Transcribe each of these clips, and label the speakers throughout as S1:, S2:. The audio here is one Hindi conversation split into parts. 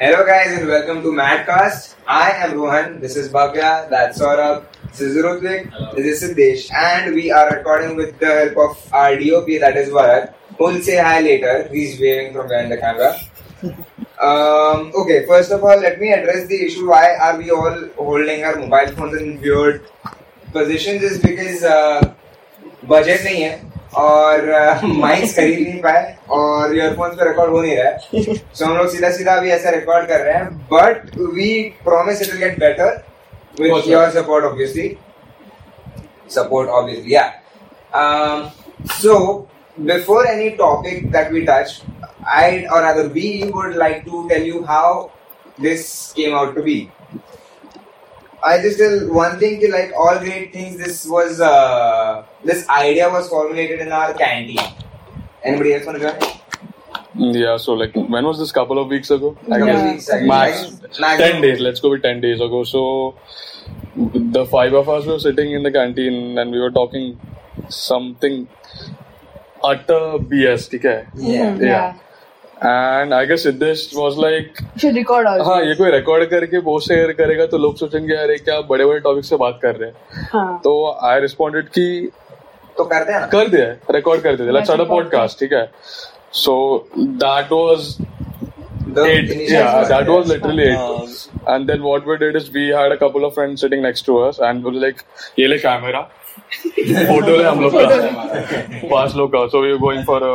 S1: Hello guys and welcome to Madcast. I am Rohan, this is Bhavya, that's Saurabh, this is Rudvik,
S2: Hello.
S1: this is Siddesh and we are recording with the help of our DOP that is Bharat. Who'll say hi later, he's waving from behind the camera. Um, okay, first of all let me address the issue why are we all holding our mobile phones in weird positions is because uh, budget नहीं है और माइक्स खरीद नहीं पाए और ईयरफोन्स पे रिकॉर्ड हो नहीं रहा है सो हम लोग सीधा सीधा अभी ऐसा रिकॉर्ड कर रहे हैं but we promise it will get better
S2: For
S1: with
S2: sure.
S1: Your support obviously support obviously yeah so before any topic that we touch I और other we would like to tell you how this came out to be I just tell one thing कि like all great things. This was uh, this idea was formulated in our canteen. Anybody else want to join?
S3: Yeah, so like when was this? Couple of weeks ago? I
S1: Couple
S3: guess.
S1: of weeks ago.
S3: Max,
S1: Max- max-
S3: ten days. Let's go with ten days ago. So the five of us were sitting in the canteen and we were talking something utter BS. Okay.
S4: Hmm.
S1: Yeah.
S3: Mm-hmm. Yeah. And I guess Siddesh was like,
S4: should record also.
S3: हाँ ये कोई रिकॉर्ड करके वो शेयर करेगा तो लोग सोचेंगे अरे क्या बड़े बड़े टॉपिक से बात कर रहे हैं
S4: हाँ.
S3: तो आई रिस्पॉन्डेड कि
S1: तो करते हैं ना
S3: कर दिया है रिकॉर्ड कर दिया let's
S4: Let's
S3: start a
S4: record.
S3: Podcast ठीक है so that was
S1: The
S3: it.
S1: initial
S3: Yeah,
S1: one. Um,
S3: that was literally
S2: Uh,
S3: it. And then what we did is we had a couple of friends sitting next to us and we were like, ये ले camera. फोटो ले हम लोग का पांच लोग का so we were going for a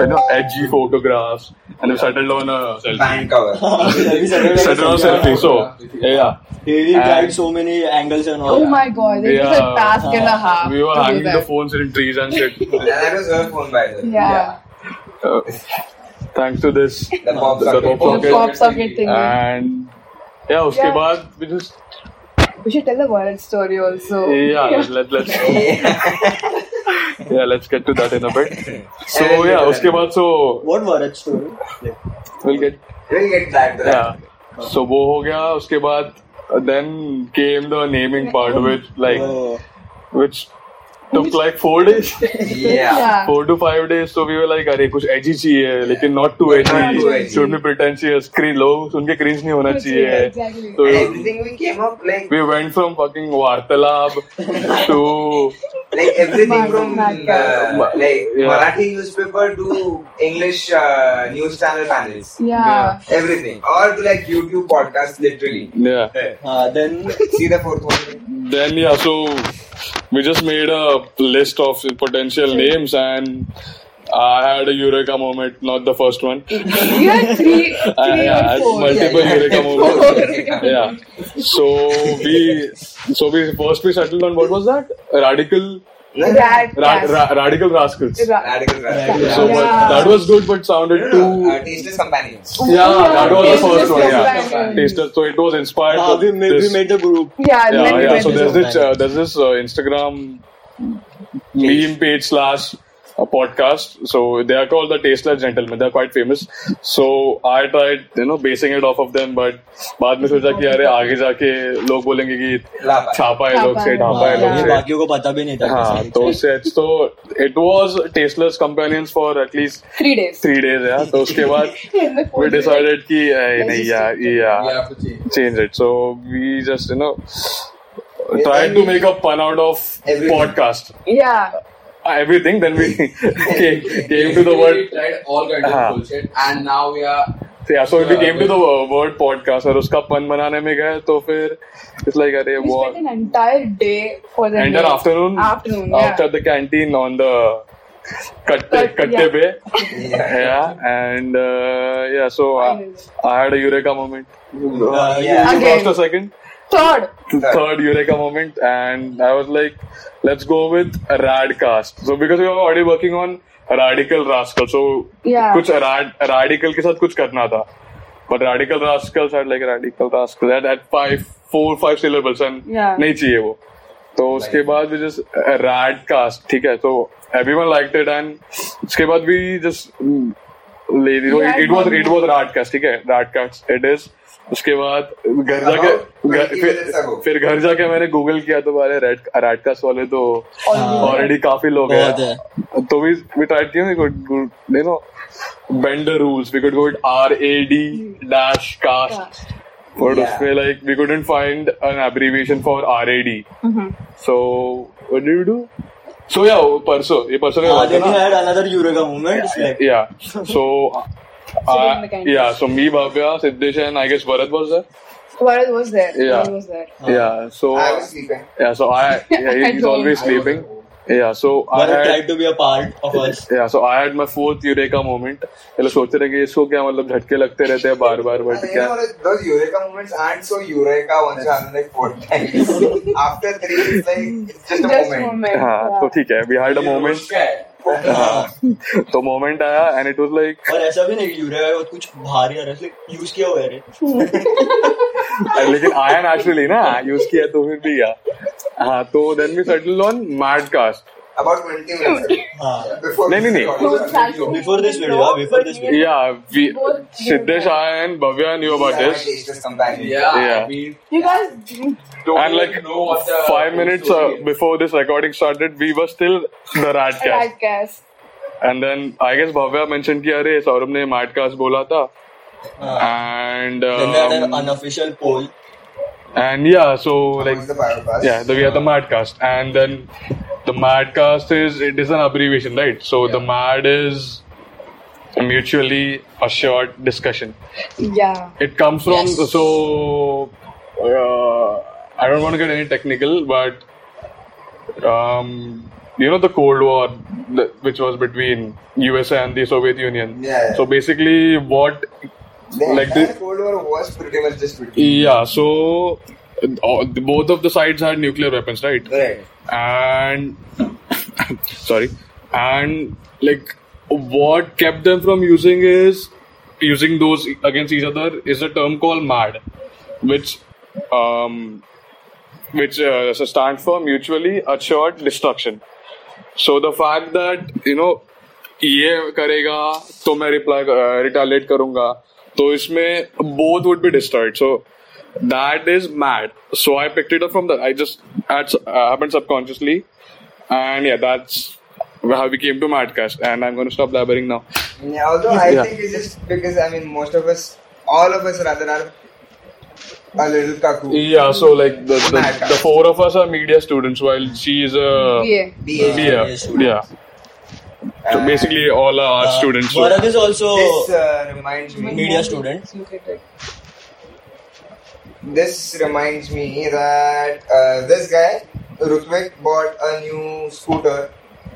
S3: you know edgy photographs and we settled on a selfie
S1: Band cover.
S3: settled on a selfie so yeah
S2: He he tried so many angles and all.
S4: Oh my god, it was
S3: Yeah.
S4: a task and a half.
S3: we were
S4: to do
S3: hanging the
S4: that.
S3: phones in trees and shit
S1: And that was her phone by the way.
S4: Yeah.
S3: Uh, thanks to this
S1: The pop
S3: the
S1: socket.
S3: pop
S4: The
S3: socket
S4: pop socket thing.
S3: Uh, and yeah उसके
S4: Yeah.
S3: बाद we just
S4: we should tell the world story also.
S3: Yeah, let, let's yeah, let's get to that in a bit. So yeah, उसके बाद so
S2: What were its story? Like,
S3: we'll get
S1: We'll get back to that.
S3: yeah. So वो हो गया उसके बाद then came the naming part which like
S2: oh,
S3: which took like four days
S1: Yeah.
S3: four to five days so we were like अरे कुछ edgy चाहिए लेकिन not too
S1: Not too edgy.
S3: edgy should be pretentious screen लोग सुन के cringe नहीं होना
S4: कुछ नहीं,
S3: चाहिए
S4: exactly.
S1: And
S3: तो
S1: everything we came up like
S3: we went from fucking वार्तालाप to
S1: like everything
S4: Mad-
S1: from
S4: mad
S1: uh,
S3: cover.
S1: like
S3: Yeah.
S1: Marathi newspaper to English uh, news channel panels.
S4: Yeah.
S1: Everything. Or to like YouTube podcasts literally.
S3: yeah
S2: uh, then
S1: See the fourth one.
S3: then yeah so we just made a list of potential names and i had a eureka moment not the first one
S4: You had three, three
S3: I, I
S4: or
S3: had
S4: four.
S3: multiple
S1: Yeah, yeah.
S3: eureka
S4: Four.
S3: moments yeah so we so we first we settled on what was that radical
S4: Rat
S3: ra-
S4: cast.
S3: ra- radical rascals
S4: Ra-
S1: Radical
S2: Radical.
S3: so but
S4: Yeah.
S3: that was good but sounded too
S1: uh, Tasteless Companions.
S3: yeah, that was the
S4: Tasteless
S3: first one. Yeah,
S4: Companions.
S3: Tasteless- so it was inspired.
S2: uh,
S3: from
S2: we, made, we
S3: this-
S2: made the group.
S4: Yeah,
S3: yeah,
S4: then we
S3: yeah.
S4: went
S3: So
S4: to
S3: there's
S4: the-
S3: this uh, there's this uh, Instagram meme page slash uh, podcast. So they are called the Tasteless Gentlemen. They're quite famous. So I tried you know basing it off of them, but बाद में सोचा कि अरे आगे जाके लोग बोलेंगे कि
S1: लापा है।
S3: छापा है लोग से
S4: छापा है।
S3: ढापा
S2: हाँ,
S3: है
S4: Yeah.
S2: ये
S3: लोग से
S2: बाकियों को पता भी नहीं था
S3: हाँ तो उससे तो it was tasteless companions for at least
S4: three days.
S3: Three days यार तो उसके बाद
S4: In the
S3: we
S4: fourth day.
S3: decided कि "Hey, नहीं यार ये यार
S5: Yeah, put it.
S3: change it. So we just, you know, tried to make a pun out of
S1: Everything.
S3: podcast.
S4: Yeah.
S3: Uh, Everything. Then we came, came to the
S5: We
S3: word.
S5: tried all kinds
S3: हाँ.
S5: of bullshit, and now we are.
S3: Yeah, so we
S5: Yeah,
S3: came to the word podcast और उसका पन बनाने में गए तो फिर it's like अरे
S4: We
S3: वो
S4: spent an entire day for the
S3: and
S4: day.
S3: an afternoon
S4: Afternoon, yeah.
S3: after the canteen on the कट्टे
S4: Cut,
S3: कट्टे
S4: yeah.
S3: पे yeah and uh, yeah so I, I had a eureka moment
S2: Uh,
S1: yeah.
S3: You
S4: Again.
S3: lost a second
S4: Third.
S3: th- third Eureka moment, and I was like, let's go with Radcast. So because we were already working on Radical Rascal, so
S4: Yeah.
S3: कुछ rad, radical के साथ कुछ करना था. But Radical Rascals had like Radical Rascals at, at five, four, five syllables and
S4: Yeah.
S3: नहीं चाहिए वो. तो उसके बाद we just uh, Radcast ठीक है. So everyone liked it and उसके बाद we just mm, lady
S4: We had
S3: it was
S4: one
S3: it was रात कास्ट ठीक है रात कास्ट इट इज उसके बाद घर जाके
S1: About
S3: घर-
S1: 20 minutes ago.
S3: फिर फिर घर जाके मैंने गूगल किया तो हमारे रेड रात कास्ट वाले तो
S4: Already.
S3: ऑलरेडी काफी लोग
S2: बहुत
S3: हैं तो वी वी ट्राइड किया we could you know bend the rules we could go with r a d dash cast but
S1: Yeah.
S3: उसमें like we couldn't find an abbreviation for r a d so what did you do so yeah वो परसों ये परसों का
S2: Uh,
S3: बात है
S2: then
S3: ना
S2: we had another Eureka moment. Like,
S3: yeah. So, uh,
S4: Sitting in the
S3: uh,
S4: canteen.
S3: yeah. So me, Bhavya, Siddesh, and I guess Bharat was there.
S4: Varad was there.
S3: Yeah.
S4: Varad was there.
S3: Yeah. So
S1: I was sleeping.
S3: yeah. So I yeah,
S4: I
S3: he's
S4: don't-
S3: always sleeping. Yeah. So I
S2: Bharat
S3: had,
S2: tried to be a part of us.
S3: yeah. So I had my fourth eureka moment. ये लोग सोचते रहे कि इसको क्या मतलब झटके लगते रहते हैं बार बार
S1: And
S3: बट
S1: you
S3: क्या
S1: know, like, those Eureka moments aren't so Eureka once you have like four times. After three, it's like, it's just a
S4: Just
S1: moment.
S4: moment.
S3: हाँ तो
S4: Yeah.
S3: ठीक है वी हैड अ मोमेंट
S5: क्या है
S3: तो मोमेंट आया एंड इट वाज लाइक
S2: और ऐसा भी नहीं यूरेगा का कुछ भारी आ रहा है यूज किया हुआ है रे
S3: लेकिन आया नेचुरली ना यूज किया तो फिर भी गया हाँ तो then we settle on mad cast
S1: About 20 minutes ago.
S2: हाँ
S1: Before
S3: No, no,
S1: this recording
S3: no.
S4: So it's
S1: started.
S4: actually
S2: Before this video,
S4: low,
S2: yeah, before
S4: but
S2: this
S4: we
S2: video.
S3: Yeah, we
S4: Both
S3: Siddesh
S4: Eureka.
S3: I and Bhavya knew about
S1: These are my
S3: this.
S1: tasteless companions.
S5: Yeah,
S3: Yeah.
S5: I mean,
S4: You guys,
S5: don't
S3: And like
S5: even know what the
S3: five minutes uh,
S5: story is.
S3: before this recording started, we were still the Radcast.
S4: podcast.
S3: And then I guess Bhavya mentioned कि अरे सौरभ ने Madcast बोला था.
S5: Ah.
S2: हाँ
S3: And
S2: then we had an
S3: um,
S2: unofficial poll
S3: and yeah, so
S1: Amongst
S3: like
S1: the power of us.
S3: yeah, the, we are the
S5: Ah.
S3: Madcast. And then the Madcast is it is an abbreviation, right? So the Mad is mutually assured discussion.
S4: Yeah.
S3: It comes from
S2: Yes.
S3: so uh, I don't want to get any technical, but um, you know the Cold War, the, which was between USA and the Soviet Union.
S1: Yeah.
S3: So basically, what
S1: The
S3: like
S1: entire
S3: the
S1: Cold War was pretty much just between.
S3: yeah, so uh, both of the sides had nuclear weapons, right?
S1: Right.
S3: and sorry and like what kept them from using is using those against each other is a term called mad which um which uh, so stands for mutually assured destruction so the fact that you know ये करेगा तो मैं रिप्लाई रिटालेट करूंगा तो इसमें both would be destroyed so that is mad so I picked it up from the I just happened subconsciously and yeah that's how we came to madcast and i'm going to stop blabbering now
S1: Yeah, although I
S3: Yeah.
S1: think it's just because I mean most of us, all of us rather are a little cuckoo.
S3: yeah so like the, the,
S1: Madcast.
S3: the four of us are media students while she is a
S4: Yeah.
S1: BA.
S3: yeah
S2: Media students.
S3: yeah so basically all are art
S2: Uh,
S3: students so-
S2: Bharat is also
S1: This uh, reminds me.
S2: Media student.
S1: This reminds me that uh, this guy Rutvik bought a new scooter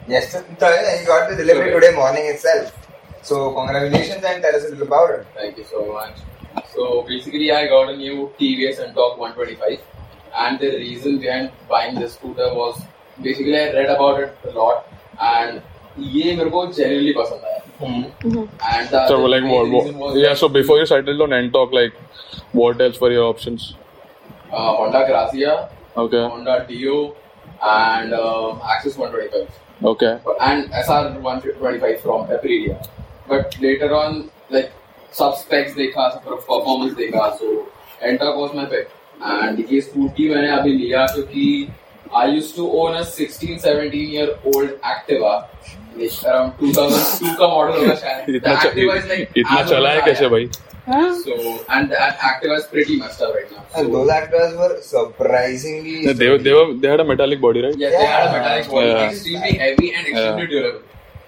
S1: yesterday, and he got the delivery today morning itself. So congratulations and tell us a little about it.
S5: Thank you so much. So basically, I got a new TVS Untalk 125, and the reason behind buying this scooter was basically I read about it a lot, and ये मेरे को genuinely पसंद आया. And the
S3: So
S5: other
S3: like
S5: main
S3: what,
S5: reason
S3: what
S5: was
S3: yeah
S5: that,
S3: so before you settled on end talk like what else were your options
S5: uh, Honda Grazia,
S3: okay
S5: Honda Dio, and uh, Axis 125.
S3: okay
S5: But- and SR125 from Aprilia. But later on, like sub specs देखा, सब performance देखा, so Enter was my pick. And ये scooty मैंने अभी लिया क्योंकि I used to own a 16, 17 year old Activa. Like around 2002 का model होगा शायद. The
S3: इतना च-
S5: Activa is like
S3: इतना
S5: as old
S3: चला है
S5: as I
S3: कैसे
S5: am.
S3: भाई
S5: So and that Activa is pretty messed up right now.
S1: And
S5: So,
S1: those actors were surprisingly.
S3: they were, they were they had a metallic body right
S5: Yeah, they had a metallic body,
S3: Yeah.
S5: extremely heavy and extremely durable.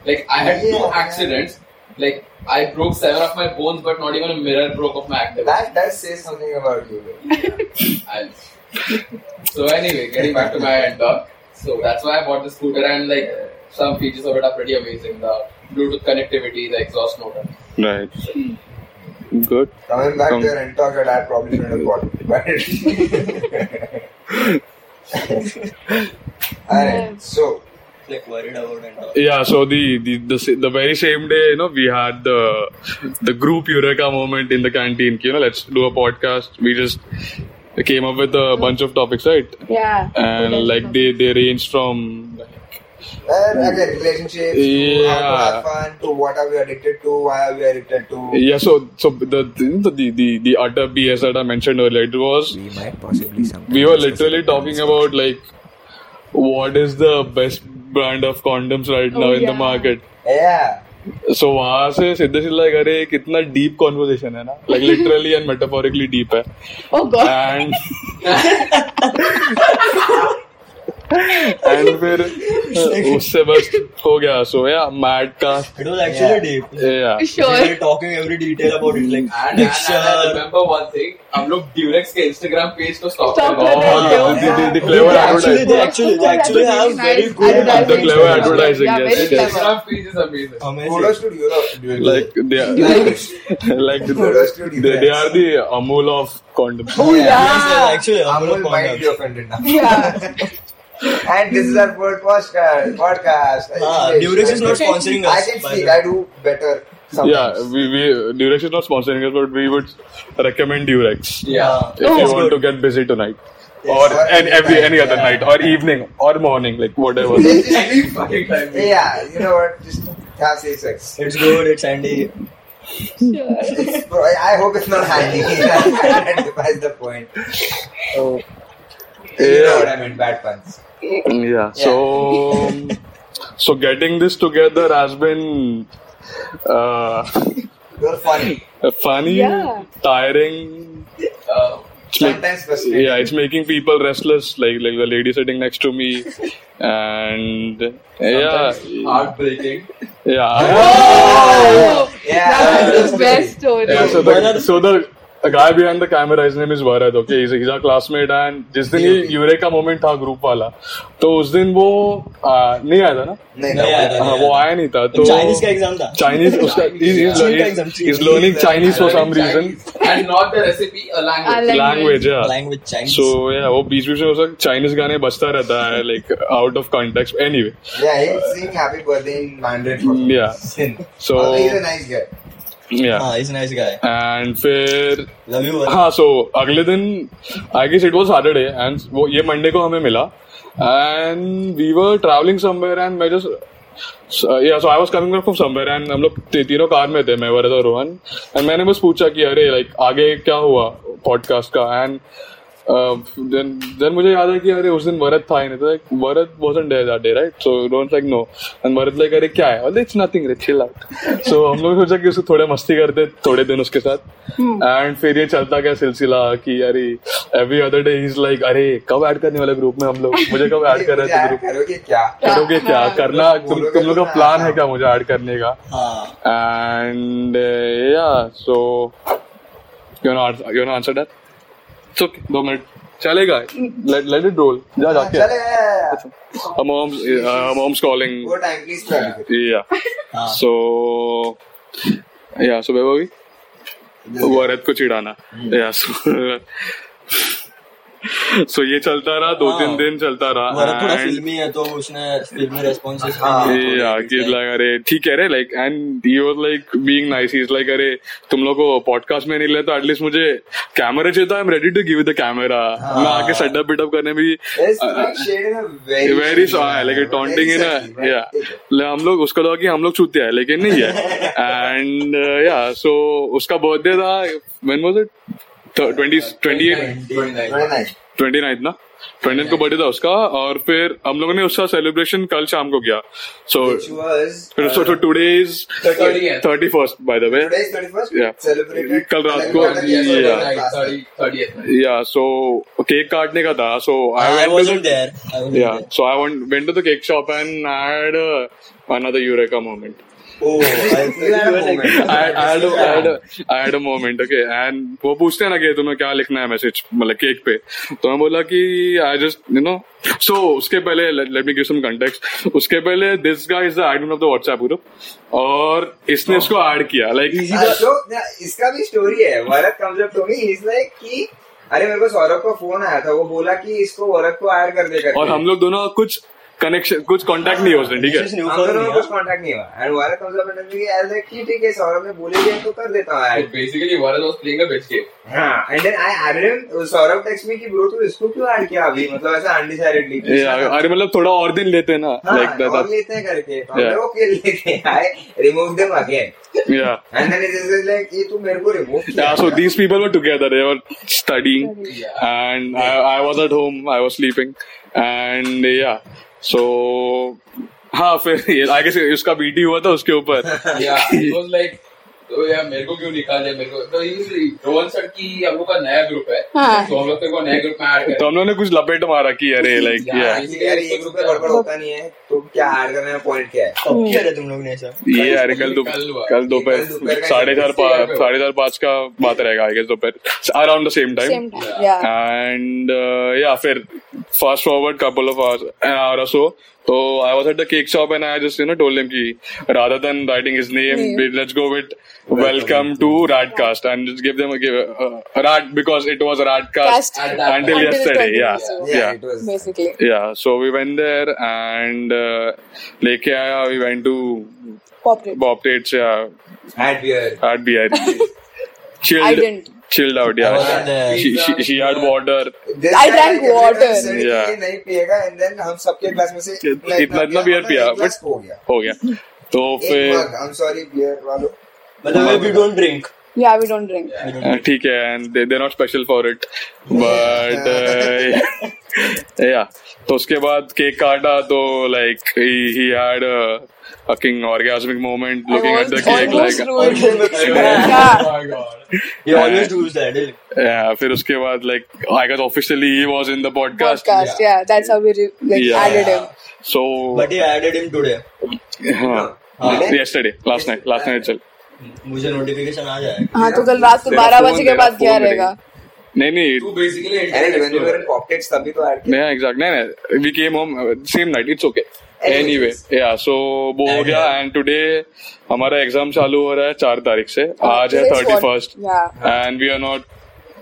S5: Like I had
S1: Yeah.
S5: no accidents. Like I broke seven of my bones, but not even a mirror broke of my active.
S1: That does say something about you.
S5: And so anyway, getting back to my end up. So that's why I bought the scooter and like some features of it are pretty amazing. The Bluetooth connectivity, the exhaust note.
S3: right good
S1: Coming back
S3: Um,
S1: there and talk, your dad probably shouldn't have bought it. But Alright, so
S2: like worried about and all.
S3: yeah so the, the the sa- the very same day you know we had the the group eureka moment in the canteen you know let's do a podcast we just came up with a bunch of topics right
S4: Yeah.
S3: and like they they ranged from
S1: And again, relationships, to how to
S3: Yeah.
S1: have fun, to what are we addicted to, why are we addicted to.
S3: Yeah, so so the the the, the, the utter BS that I mentioned earlier, it was
S6: We might possibly sometimes
S3: we were
S6: discuss
S3: literally
S6: it on
S3: talking
S6: this
S3: about like what is the best brand of condoms right
S4: Oh,
S3: now in the
S4: yeah.
S3: market.
S1: Yeah.
S3: सो वहां से सीधे सीधे लाइक अरे कितना डीप कॉन्वर्जेशन है ना like literally and metaphorically deep है
S4: Oh god.
S3: एंड एंड फिर uh, उससे बस हो गया सो या मैट का
S2: It was actually deep.
S3: Yeah
S2: We
S4: Sure.
S2: were talking every detail about it, like
S5: And, and,
S2: picture.
S5: and I remember one thing, हम लोग Durex के Instagram page को stalk
S4: Stalk
S5: कर रहे
S4: कर
S3: Oh, the, the, the
S4: रहे थे।
S5: थे।
S2: They
S3: clever
S2: actually,
S3: advertising.
S2: they actually, they
S4: Good
S2: actually have
S4: advertising,
S2: very
S4: nice
S2: good
S3: The
S4: advertising.
S3: clever advertising,
S4: Yeah,
S3: yes,
S4: very
S3: yes.
S4: clever.
S5: Instagram page is amazing.
S2: Amazing.
S1: Kudos to Europe.
S3: Like they are, like they, they, they are the Amul of condoms.
S4: Oh
S2: Yes, they're
S4: yeah.
S2: actually humble
S1: Amul might be
S2: condoms.
S1: offended now.
S4: Yeah.
S1: And this is our first podcast. podcast.
S2: Ah, Durex is not sponsoring us.
S1: I can
S2: by
S1: speak.
S2: the way.
S1: I do better
S3: Yeah,
S1: sometimes.
S3: we, we Durex is not sponsoring us, but we would recommend Durex.
S5: Yeah.
S3: if
S4: Oh.
S3: you want to get busy tonight
S2: Yes.
S3: or and every any other
S2: Yeah.
S3: night or evening or morning like whatever
S1: Just- just-
S5: Any fucking time.
S1: yeah, you know what? Just have safe sex.
S2: It's good, it's handy.
S4: Sure.
S1: Bro, I I hope it's not handy. That's the point. Oh. You know what I meant, bad puns.
S3: yeah so so getting this together has been uh
S1: You're funny.
S3: funny
S4: Yeah.
S3: tiring
S5: Uh,
S3: It's like-
S1: Sometimes frustrating.
S3: yeah it's making people restless like like the lady sitting next to me and yeah
S5: heartbreaking.
S3: yeah
S4: Oh,
S1: Yeah.
S4: that was the best story.
S3: Yeah, so
S2: Varad-
S3: the, so the a guy behind the camera, his name is Varad, okay, he's, he's our classmate and जिस दिन ये यूरेका मोमेंट था ग्रुप वाला तो उस दिन वो आ, नहीं आया था ना
S1: नहीं,
S2: नहीं आया था,
S3: हाँ,
S2: नहीं
S3: वो
S2: आया
S3: आया नहीं था तो
S2: Chinese का एग्जाम था
S3: चाइनीज उसका
S5: Chinese
S2: का exam,
S3: is
S2: Chinese.
S3: Learning Chinese for some reason
S5: uh, Chinese. And not the recipe, a language.
S4: A language.
S3: Language
S2: Language Chinese.
S3: So yeah वो बीच बीच में उसका चाइनीज गाने बजता रहता है like out of context anyway
S1: Yeah, he's saying happy birthday in Mandarin for
S3: Mm,
S1: me.
S3: yeah.
S1: Sin.
S3: So-
S1: Although he's a nice guy.
S3: Yeah
S2: हाँ, Ah, he's a nice guy.
S3: And फिर
S2: Love you. Varun.
S3: हाँ सो अगले दिन I guess it was Saturday and वो ये मंडे को हमें मिला and we were travelling somewhere and मैं just yeah so I was coming from somewhere and हम लोग ती- तीनों कार में थे मैं वरद और रोहन एंड मैंने बस पूछा कि अरे लाइक आगे क्या हुआ पॉडकास्ट का एंड देन देन मुझे याद है कि अरे उस दिन वरद था ही नहीं तो like Varad wasn't there that day right so Rohan like no and Varad like अरे क्या है इट्स नथिंग रे चिल आउट सो हम लोग सोचा कि उससे थोड़े मस्ती करते थोड़े दिन उसके साथ एंड फिर ये चलता गया सिलसिला कि अरे every other day is like अरे कब ऐड करने वाले ग्रुप में हम लोग मुझे कब ऐड कर
S1: मुझे
S3: रहे थे
S1: add
S3: ग्रुप
S1: करोगे क्या?
S3: करोगे क्या करना तुम तुम लोग का प्लान है क्या मुझे ऐड करने का
S2: हाँ.
S3: And uh, yeah, so you wanna answer, you wanna answer that? It's okay. दो मिनट चलेगा. Let let it roll. जा
S2: हाँ,
S3: जाके.
S1: चले गए।
S3: Her mom's uh, her mom's calling.
S1: वो time please कर दीजिए।
S3: Yeah.
S2: हाँ.
S3: So yeah, so where were we? वरद को चिढ़ाना.
S2: हम्म।
S3: Yeah. So, so ये चलता रहा दो तीन
S2: हाँ.
S3: दिन चलता रहा.
S2: वरद थोड़ा
S3: Uh, And-
S2: फिल्मी है तो uh, उसने फिल्मी रेस्पॉन्सेस
S3: Ah.
S1: हाँ.
S3: Yeah, he's like, अरे ठीक है रे like and he was like being nice. He's like, अरे तुम लोग को podcast में नहीं ले तो एटलीस्ट मुझे कैमरा चाहिए था. I'm ready to give you the camera.
S1: हाँ।
S3: मैं आके setup बिटअप करने भी
S1: It's like shade in a very
S3: very
S1: shady manner,
S3: uh, like a
S1: but
S3: taunting
S1: very
S3: in a
S1: sexy, right?
S3: yeah ले हम लोग उसका लगा कि हम लोग चूतिया है लेकिन नहीं है एंड या सो उसका बर्थडे था when was it 20 28
S1: Very nice.
S3: Twenty ना ट्वेंटी को बर्थडे था उसका और फिर हम लोगों ने उसका सेलिब्रेशन कल शाम को किया so
S1: Which was
S3: so, so today is
S5: 30th.
S3: 31st by the way
S1: today is 31st.
S3: Yeah.
S1: Celebrated.
S3: कल रात को- Yeah.
S5: Yeah. 30th. night.
S3: yeah so cake काटने का था so I
S2: Ah, I
S3: went
S2: wasn't
S3: to the,
S2: there. I wasn't
S3: yeah
S2: there.
S3: so I went, went to the cake shop and I had uh, another eureka moment
S2: Oh, I-
S1: You had a moment.
S3: I, I, had a, I, had a, I had a moment okay and वो पूछते हैं ना कि तुम्हें क्या लिखना है मैसेज मतलब केक पे तो मैं बोला कि I just you know so उसके पहले let me give some context उसके पहले this guy is the admin of the WhatsApp group और इसने इसको ऐड किया like
S2: Easy
S1: Uh, so, yeah, इसका भी स्टोरी है Varad comes up to me is like कि अरे मेरे को सौरभ का फोन आया था वो बोला कि इसको वरद को ऐड कर दे करके।
S3: और हम लोग दोनों कुछ कनेक्शन कुछ कांटेक्ट नहीं है उसने ठीक
S2: This is
S3: है
S2: new
S1: हम
S2: for
S1: दोनों
S2: me,
S1: में कुछ
S2: yeah.
S1: कांटेक्ट नहीं हुआ एंड वाला comes up and I was like कि ठीक है सौरभ ने बोले दिया तो कर देता हूं
S5: Like,
S1: यार
S5: basically, Varad was playing a bitch game.
S1: हाँ and then I added him Saurabh text me कि ब्रो तू इसको क्यों ऐड किया अभी मतलब ऐसा अनडिसाइडेडली
S3: Yeah, अरे मतलब थोड़ा और दिन लेते हैं ना लाइक
S1: और
S3: दैट
S1: हाँ, लेते हैं करके
S3: Yeah.
S1: ओके लेते हैं आई रिमूव देम अगेन
S3: या
S1: and then it is like ये तू मेरे को remove
S3: Yeah, so these people were together. They were studying,
S5: Yeah.
S3: and I, I was at home. I was sleeping, and yeah. So, हाँ फिर ये- I guess उसका बीटी हुआ था उसके ऊपर तो
S5: Yeah, he was like, तो यार मेरे को क्यों निकाले मेरे को तो usually रोहन सर की हम लोग का नया ग्रुप है
S4: हाँ।
S5: तो हम लोग तेरे को नए ग्रुप में ऐड
S3: तो हम लोगों ने कुछ लपेट मारा कि अरे लाइक या
S5: Yeah.
S1: यार ये ग्रुप में गड़बड़ होता नहीं है तो क्या हार करने का पॉइंट क्या है
S2: कब किया रे तुम लोग ने ऐसा
S3: ये अरे कल दोप-
S5: कल हुआ।
S3: कल
S1: कल दोपहर
S3: दोपहर
S1: का
S3: साढ़े चार
S5: किसी time
S3: पा-
S5: पे
S3: साढ़े चार पाँच का बात रहेगा आई गेस दोपहर around the same time
S4: Same time. Yeah.
S3: and uh, yeah fair fast forward couple of hours an hour or so so i was at the cake shop and i just you know told him ki, rather than writing his name
S4: Name.
S3: we- let's go with welcome to radcast and just give them a give uh, rat because it was radcast
S4: Cast.
S5: At that
S3: until
S5: point.
S3: yesterday
S4: Until
S3: yeah
S4: yesterday,
S1: Yeah,
S3: yeah
S1: it was
S4: Basically.
S3: yeah so we went there and uh, leke aaya we went to
S4: Pop it.
S3: bob tate's yeah,
S1: had beer
S3: at beer chilled
S4: I didn't.
S3: chilled out Oh, yeah
S2: I wasn't there.
S3: she, she, she had water
S1: This
S4: I
S1: guy
S4: drank
S1: every time
S4: water.
S1: said कि
S3: Yeah.
S1: ये नहीं पिएगा एंड देन हम सबके ग्लास में से
S3: इतना इतना बियर पिया
S1: बट
S3: बट
S1: हो गया
S3: हो गया तो
S1: एक
S3: फिर
S1: mug I am sorry beer वालों
S2: मतलब we don't drink
S4: Yeah, we don't drink.
S5: Yeah.
S3: अ, Uh, ठीक है and they are not special for it but या uh, तो उसके बाद केक काटा तो like he had fucking orgasmic moment
S4: I
S3: looking at the
S4: almost,
S3: cake
S4: almost
S3: like
S4: ruined
S2: Oh
S4: it.
S5: Oh my God.
S2: ये ऑलवेज डूज दैट
S3: yeah, फिर उसके बाद like I guess officially he was in the podcast
S4: Podcast. Yeah. That's how we re- like
S3: Yeah.
S4: added him.
S3: so
S2: but he added him today
S3: हाँ, yesterday last night last night itself
S2: मुझे नोटिफिकेशन आ जाएगा
S4: हाँ तो कल रात को
S3: तेरा
S4: बारह
S3: phone,
S4: बजे के
S3: तेरा
S4: बाद क्या
S3: phone
S4: रहेगा
S3: नहीं नहीं
S5: तू basically
S1: and when you were
S5: internet
S1: in pockets तभी तो ऐड किया
S3: Yeah, exactly. No, no. We came home uh, same night. It's okay. Anyway,
S1: Anyways.
S3: yeah. So वो हो गया
S2: Anyhow.
S3: and today हमारा एग्जाम चालू हो रहा है चार तारीख से आज है
S4: Today's
S3: thirty
S4: what-
S3: first
S4: Yeah.
S3: And we are not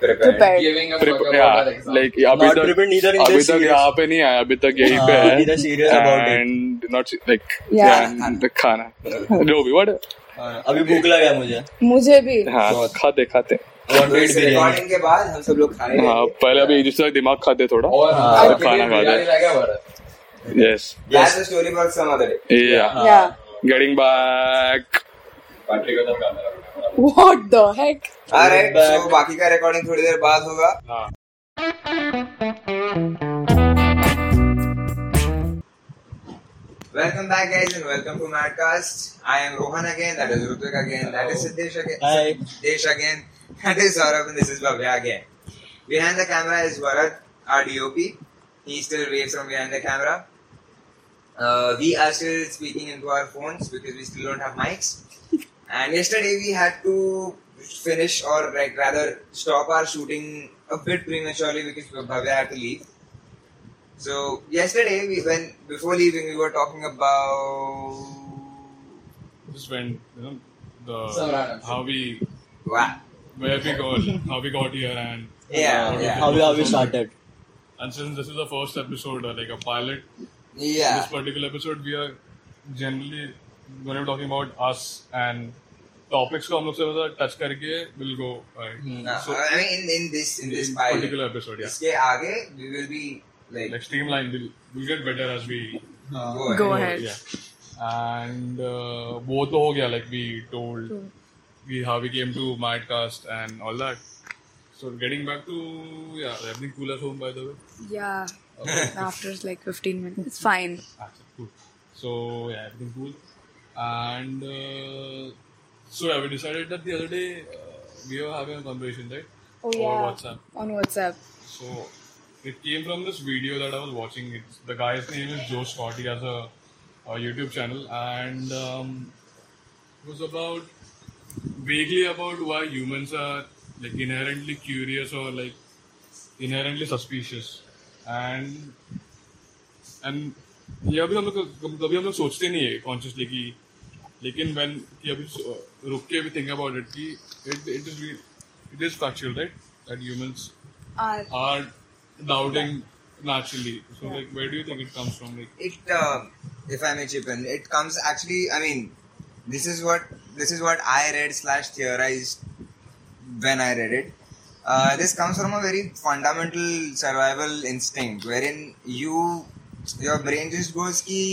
S1: prepare
S4: Prepared.
S5: giving a fuck about our exam.
S3: Like अभी
S2: Not prepared neither
S3: तक
S2: in
S3: अभी
S2: this
S3: तक
S2: serious.
S3: यहाँ पे नहीं आया अभी तक यहीं
S2: हाँ,
S3: पे
S2: we are serious about
S3: है
S2: it.
S3: And not like
S4: Yeah.
S3: खाना जो भी वर्ड
S2: हाँ, अभी भूख लगा है मुझे
S4: मुझे भी
S3: हाँ खाते खाते
S2: और पेट बिरयानी
S1: रिकॉर्डिंग के बाद हम सब लोग खाने
S3: हाँ
S1: लगे
S3: पहले अभी एक दूसरे का दिमाग खाते थोड़ा तो
S5: और
S2: हाँ,
S5: हमारा
S3: खाना
S5: video
S3: खा रहे
S5: बिरयानी लगा Varad.
S3: Yes
S1: that's the story for some other day
S3: या
S2: हाँ.
S4: Yeah.
S3: गेटिंग बैक
S5: Patrick का तो गाना लगा।
S4: What the heck?
S1: Alright
S2: Back.
S1: So तो बाकी का रिकॉर्डिंग थोड़ी देर बाद होगा Welcome back, guys, and welcome to Madcast. I am Rohan again, that is Rutvik again, that is Siddesh again,
S2: Hi.
S1: Siddesh again, that is Saurabh, and this is Bhavya again. Behind the camera is Bharat, our DOP. He still waves from behind the camera. Uh, we are still speaking into our phones because we still don't have mics. And yesterday we had to finish or like rather stop our shooting a bit prematurely because Bhavya had to leave. So yesterday we when before leaving we were talking about
S6: just went, you know, the
S5: Some random shit.
S6: how we
S1: wow.
S6: where we got how we got here and
S1: Yeah, yeah.
S2: How how we started
S6: and since this is the first episode or like a pilot,
S1: Yeah.
S6: this particular episode we are generally going to be talking about us and topics को हम लोग से बस touch करके will go
S1: No,
S6: right. Mm, so
S1: Ah, I mean in, in this in Hmm. this
S6: in
S1: pilot.
S6: particular episode yeah
S1: इसके आगे we will be like
S6: like streamline will will get better as we
S2: हां
S1: go,
S4: Go
S1: ahead.
S4: ahead.
S6: yeah and uh, वो तो हो गया like we told we how we came to Madcast and all that so getting back to yeah everything cool at home by the way
S4: Yeah. After like 15 minutes, it's fine.
S6: Accept, cool. So yeah, everything cool. And uh, so yeah, we decided that the other day uh, we were having a conversation, right?
S4: Oh
S6: Over
S4: yeah.
S6: WhatsApp.
S4: On WhatsApp.
S6: So it came from this video that I was watching. It's, the guy's name is Joe Scott. He has a, a YouTube channel, and um, it was about vaguely about why humans are like inherently curious or like inherently suspicious, and and ये अभी हम लोग कभी कभी हम लोग सोचते नहीं है कॉन्शियसली कि लेकिन when कि अभी सो- रुक के अभी थिंक अबाउट इट कि it it is
S4: Uh,
S6: it is factual right that humans
S4: Are
S6: are doubting naturally. So like, where do you think it comes from? Like,
S1: it uh, if i may chip in it comes actually i mean this is what this is what i read slash theorized when i read it uh, this comes from a very fundamental survival instinct wherein you your brain just goes ki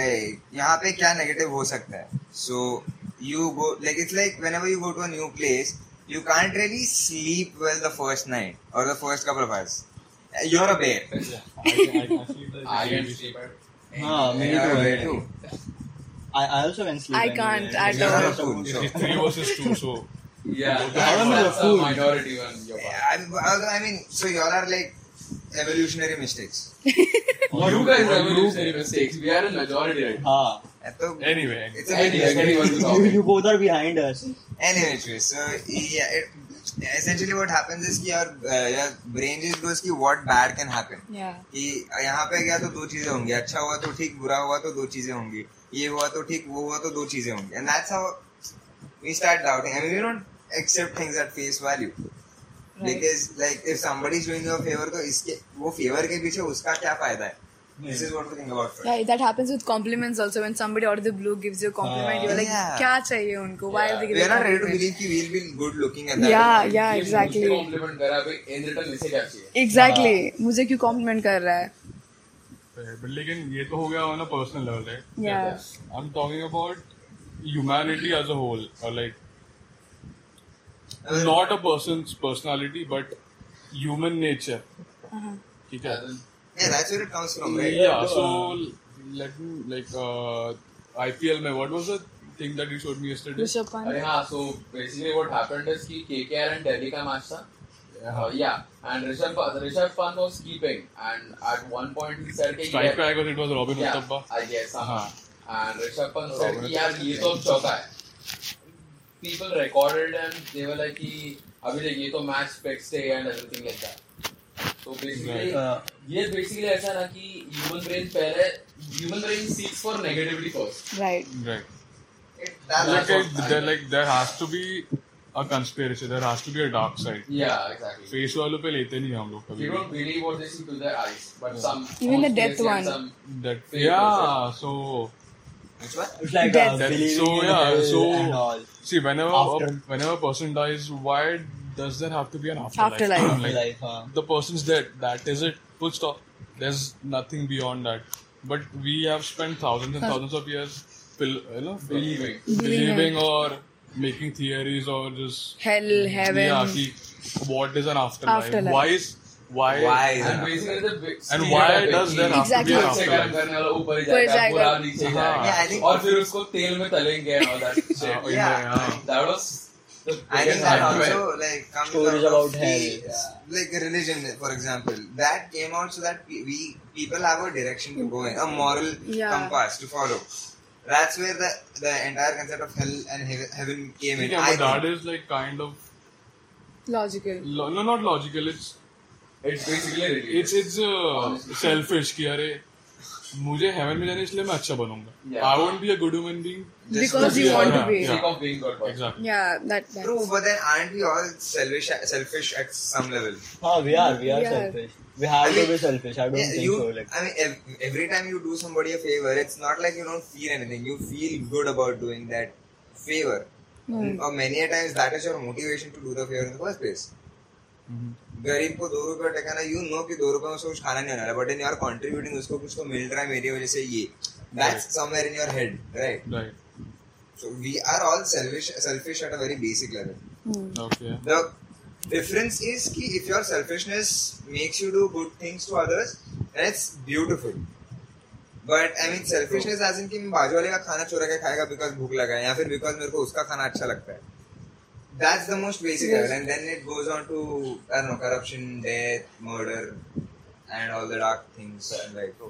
S1: like यहाँ पे क्या negative हो सकता है so you go like it's like whenever you go to a new place you can't really sleep well the first night or the first couple of hours you're a bear
S6: yeah, I, I, I sleep like
S5: I can
S6: baby.
S5: sleep.
S2: हाँ
S1: You're a
S2: मेरे
S1: bear
S2: को
S1: too
S2: I I also can't sleep.
S4: I
S2: anyway.
S4: can't, I
S2: Yeah.
S1: don't.
S6: It's, it's three versus two, so
S5: Yeah,
S2: I'm a
S5: that's a
S2: fool.
S5: minority one. Your part.
S1: I, I mean, so y'all are like evolutionary mistakes.
S5: You guys
S6: Or
S5: are
S6: you-
S5: making many mistakes. We are in majority right now.
S2: हाँ.
S1: So,
S6: Anyway,
S1: it's a bit
S5: Anyway, anyone's
S1: different.
S2: You,
S5: wrong.
S2: you both are behind us.
S1: Anyway, Chris, so yeah, it, essentially what happens is कि your uh, your brain just goes कि what bad can happen.
S4: Yeah.
S1: कि यहाँ पे गया तो दो चीजें होंगी अच्छा हुआ तो ठीक बुरा हुआ तो दो चीजें होंगी ये हुआ तो ठीक वो हुआ तो दो चीजें होंगी and that's how we start doubting I mean we don't accept things at face value
S4: Right.
S1: Because like if somebody is doing your favour तो इसके वो फेवर के पीछे उसका क्या फायदा है this is what we think about
S4: Yeah, that happens with compliments also. When somebody out of the blue gives you a compliment,
S2: Ah.
S4: you're like,
S1: Yeah.
S4: "Kya chahiye unko? Why are they
S1: We
S4: giving
S1: are not ready to
S4: compliments?"
S1: believe that we'll be good looking at that.
S4: Yeah,
S1: point.
S4: yeah,
S5: ये
S4: exactly.
S5: मुझे compliment करा भाई इन रिटर्न इसे क्या चाहिए
S4: Exactly. मुझे क्यों compliment कर रहा है?
S6: but लेकिन ये तो हो गया on a personal level, right?
S4: Yeah.
S6: I'm talking about humanity as a whole, or like
S5: Uh-huh.
S1: Uh,
S6: not a person's personality, but human nature. ठीक है?
S1: Yeah, that's where it comes from, right?
S6: Yeah. So let me like uh, IPL में what was the thing that you showed me yesterday?
S4: Rishabh Pant.
S5: अरे हाँ so basically what happened is कि केकेआर एंड दिल्ली का मैच था Uh, या and Rishabh Rishabh Pant was keeping and at one point he said कि
S6: Strike back was it was Robin Uttabba.
S5: I guess हां and Rishabh Pant said
S6: Robert
S5: कि यार ये तो अब चौका है people recorded and they were like कि अभी देख ये तो मैच पिक्स थे एंड एवरीथिंग लाइक दैट तो बेसिकली
S2: Uh,
S5: ये बेसिकली ऐसा ना कि ह्यूमन ब्रेन पहले human brain seeks for negativity first
S4: Right.
S6: Right.
S1: It,
S6: Like,
S1: that's
S5: That's
S6: uh,
S5: what
S6: there,
S5: I-
S6: like there has to be a conspiracy. There has to be a dark side.
S5: या एग्जैक्टली
S6: फेस वालों पे लेते नहीं हम लोग
S5: We
S6: कभी
S5: don't believe what they see to their eyes, but some
S4: Even the death
S5: conspiracy and
S4: one.
S5: Some,
S6: that
S5: Fake
S6: या
S5: person.
S6: So
S1: Which one?
S2: it's like uh,
S4: Death.
S6: Death.
S2: believing
S6: So,
S2: in
S6: yeah,
S2: hell
S6: so-
S2: and all.
S6: See whenever
S2: After.
S6: Whenever a person dies why does there have to be an afterlife,
S4: Afterlife.
S6: Like,
S2: Afterlife, huh?
S6: the person's dead that is it full stop there's nothing beyond that but we have spent thousands and thousands of years fil- you know
S5: Believing.
S6: believing or making theories or just
S4: Hell, heaven.
S6: yeah ki, what is an afterlife,
S4: Afterlife.
S6: why is why
S1: Why is
S5: and
S1: that?
S5: basically the big
S6: And why
S5: stereotype
S6: does
S5: कि
S6: there have
S4: to be an
S5: नीचे
S6: afterlife?
S5: काम करने वाला ऊपर ही
S4: ऊपर
S5: जाएगा,
S4: जाएगा।
S5: बुरा नीचे ही
S6: हाँ।
S5: जाएगा।
S1: Yeah, I think-
S5: और फिर उसको तेल में तलेंगे and all that shit.
S6: Uh,
S1: Yeah.
S6: yeah.
S5: That was
S1: I
S5: the
S1: think
S5: biggest
S1: that
S5: argument.
S1: also like comes
S2: Stories
S1: out
S2: about
S1: of
S2: hell.
S1: the, like religion, for example. That came out so that we, we people have a direction to go in, a moral
S4: Yeah.
S1: compass to follow. That's where the the entire concept of hell and he- heaven came in.
S6: Yeah,
S1: I
S6: but that
S1: think.
S6: is like kind of
S4: Logical.
S6: lo- no not logical it's
S5: It's basically
S6: it's
S5: religious.
S6: it's uh, selfish कि अरे मुझे हेवन में जाने इसलिए मैं अच्छा बनूंगा
S5: Yeah.
S6: I won't be a good human being
S1: Just
S4: because
S1: to
S4: you
S1: be
S4: want
S1: honest.
S4: to be.
S5: Sake
S6: yeah.
S5: of being God.
S6: Exactly
S4: Yeah, that. that.
S1: True, but then aren't we all selfish selfish at some level?
S2: Huh, हाँ, we are, we are
S4: We are.
S2: selfish. We have
S1: I
S2: to
S1: mean-
S2: be selfish. I don't
S1: Yeah,
S2: think
S1: you,
S2: so. Like,
S1: I mean, ev- every time you do somebody a favor, it's not like you don't feel anything. You feel good about doing that favor. Or many a times that is your motivation to do the favor in the first place.
S2: Mm-hmm.
S1: गरीब को दो रुपए टकाना यू नो कि दो रुपए में उसको कुछ खाना नहीं होने वाला but in you are contributing उसको कुछ तो मिल रहा है मेरी वजह से ये that's somewhere in your head right
S6: right
S1: so we are all selfish selfish at a very basic level
S6: okay
S1: the difference is ki if your selfishness makes you do good things to others then it's beautiful but I mean selfishness as in कि मैं बाजू वाले का खाना चुरा के खाएगा बिकॉज भूख लगा है या फिर बिकॉज मेरे को उसका खाना अच्छा लगता है that's the most basic level and then it goes on to I know corruption death murder and all the dark things like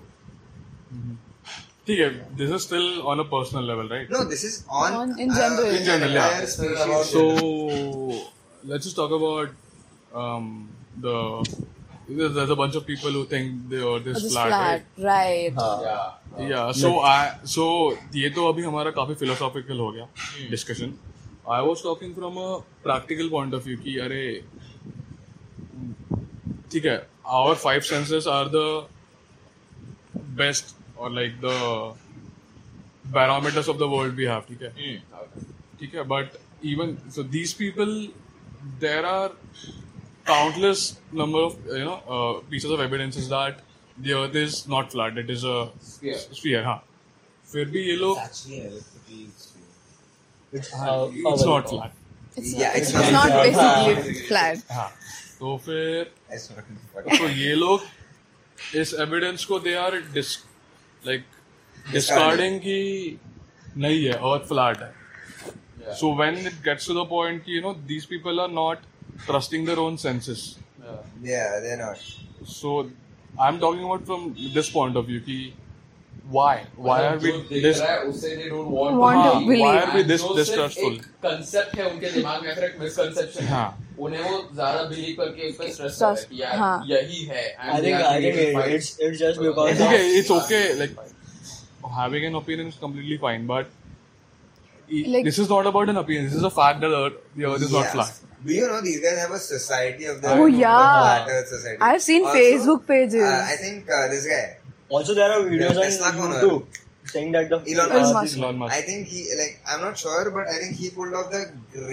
S6: ठीक है this is still on a personal level right
S1: no this is on
S4: On in general.
S6: In general, yeah.
S1: So
S6: So let's just talk about um, the. There's, there's a bunch of people who think they are this
S4: Oh, This
S6: flat.
S4: flat,
S6: Right?
S4: right?
S2: huh.
S5: Yeah.
S6: Yeah. So I so ये तो अभी हमारा काफी philosophical हो गया discussion. I was talking from a practical point of view कि अरे ठीक है our five senses are the best और like the barometers of the world we have ठीक है ठीक है but even so these people there are countless number of you know pieces of evidences that the earth is not flat it is a
S5: Sphere.
S6: Sphere हाँ फिर भी ये लोग it's
S2: how
S6: not flat
S4: It's
S1: Yeah,
S4: not,
S1: it's
S4: it's
S1: not-
S4: not basically flat.
S6: हाँ तो फिर
S1: That's not-
S6: तो ये लोग इस एविडेंस को दे आर लाइक डिस्कार्डिंग कि नहीं है अर्थ फ्लैट है
S5: Yeah.
S6: So when it gets to the point, you know, these people are not trusting their own senses.
S5: Yeah.
S1: Yeah, they're not.
S6: So I'm talking about from this point of view, ki why? Why are we
S5: मतलब जो देख
S6: this?
S5: रहा है, उससे they don't want
S4: Want
S5: to
S4: to
S5: believe.
S4: believe.
S6: why are we
S5: And
S6: this
S5: जो सिर्फ
S6: distrustful?
S5: एक कंसेप्ट है उनके दिमाग में एक मिसकंसेप्शन है
S6: हाँ.
S5: उन्हें वो ज्यादा बिलीव करके इस पे स्ट्रेस
S4: Trust,
S5: कि यार
S4: हाँ.
S5: यही है and
S2: I
S5: they
S2: think I
S5: are
S2: think
S5: creating
S2: it,
S5: fight.
S2: it's it's just because
S6: It's okay. It's
S5: Yeah.
S6: okay. Like having an opinion is completely fine, but i-
S4: Like-
S6: this is not about an opinion. This is a fact that Earth, the Earth is not
S1: Yeah.
S6: flat.
S1: Do you know these guys have a society of their
S4: Oh,
S1: own,
S4: yeah.
S1: a flat earth society?
S4: I've seen
S1: Also,
S4: Facebook pages.
S1: Uh, I think uh, this guy,
S2: also there are videos
S1: Yeah, Tesla
S2: on
S1: corner.
S2: YouTube saying that the
S1: Elon
S2: uh,
S4: Musk.
S2: this-
S6: Elon Musk.
S1: I think he like I'm not sure, but I think he pulled off the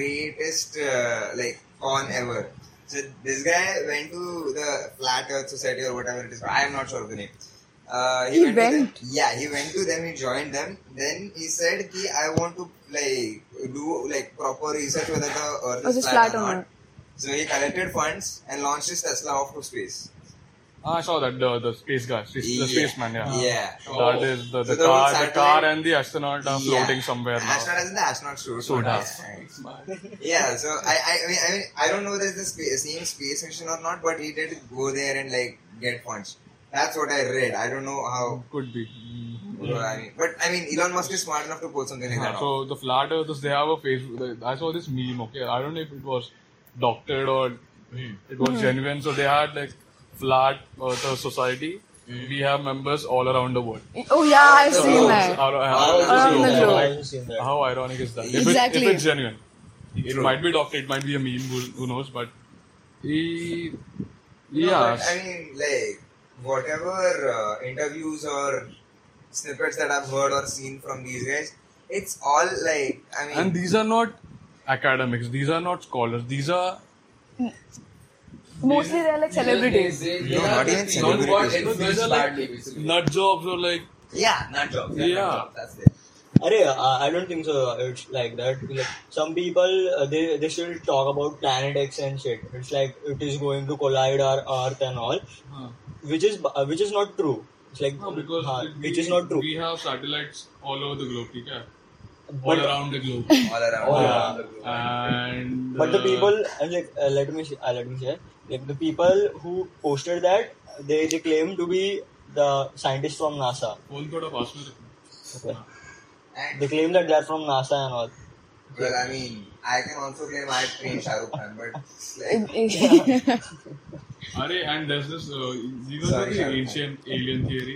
S1: greatest uh, like con ever. So this guy went to the Flat Earth Society or whatever it is. I am not sure of the name. Uh,
S4: He
S1: to
S4: went?
S1: them- yeah, he went to them. He joined them. Then he said, "Ki, I want to like do like proper research whether the Earth
S4: Or
S1: is
S4: just
S1: flat,
S4: flat
S1: or
S4: or
S1: not."
S4: not.
S1: So he collected funds and launched his Tesla off to space.
S6: Ah, I saw that the the space guy, space, the spaceman, yeah.
S1: Yeah.
S6: That is the,
S1: So
S6: the
S1: the whole
S6: car, the car
S1: satellite-
S6: and the astronaut are floating somewhere now.
S1: Astronaut is in the astronaut suit.
S6: Suit,
S1: Yeah.
S5: It's mad.
S1: Yeah, so I, I, I mean, I mean, I don't know whether it's the space, same space mission or not, but he did go there and like get punched. That's what I read. I don't know how.
S6: Could be.
S1: I mean, but I mean, Elon Musk is smart enough to pull something like that.
S6: Yeah,
S1: off.
S6: so the flat earthers, they have a Facebook. I saw this meme. Okay, I don't know if it was doctored or it was genuine. So they had like flat earther society. We have members all around the world.
S4: Oh yeah, I've
S1: So-
S4: seen
S6: How-
S4: that.
S6: how-
S1: Around
S6: how-
S4: the
S6: how-
S4: globe.
S6: like, How ironic is that? If it-
S4: Exactly.
S6: if it's genuine, it might be doctored. It might be a meme. Who, who knows? But he,
S1: No,
S6: yeah,
S1: but, I mean, like whatever uh, interviews or snippets that I've heard or seen from these guys, it's all like I mean,
S6: and these are not academics. These are not scholars. These are
S4: Mostly they're like celebrities.
S5: They- they-
S1: No,
S5: they
S1: not
S5: are
S1: even
S5: just people who got
S1: celebrities.
S6: No, these
S5: influenced
S6: are like
S5: badly, basically.
S6: nut jobs or like
S1: yeah, nut jobs. Yeah, nut
S6: Yeah.
S1: jobs, that's it.
S2: Arey, uh, I don't think so. It's like that. Like some people, uh, they they still talk about Planet X and shit. It's like it is going to collide our Earth and all, which is uh, which is not true. It's like
S6: No, because
S2: uh,
S6: we,
S2: which is not true.
S6: We have satellites all over the globe, okay? All
S2: But
S6: around the globe.
S1: All around.
S2: All
S1: yeah.
S6: Oh,
S2: around.
S6: And
S2: but the
S6: uh,
S2: people, uh, like uh, let me sh- uh, let me share. Like the people who posted that, they they claim to be the scientists from NASA.
S6: phone could have asked me.
S2: Okay.
S1: And
S2: They claim that they are from NASA and all.
S1: well, I mean, I can also claim I trained Shah Rukh Khan, but like,
S6: Are, and there's this, uh, you know,
S1: Sorry,
S6: the
S1: Shahrukh.
S6: ancient alien theory.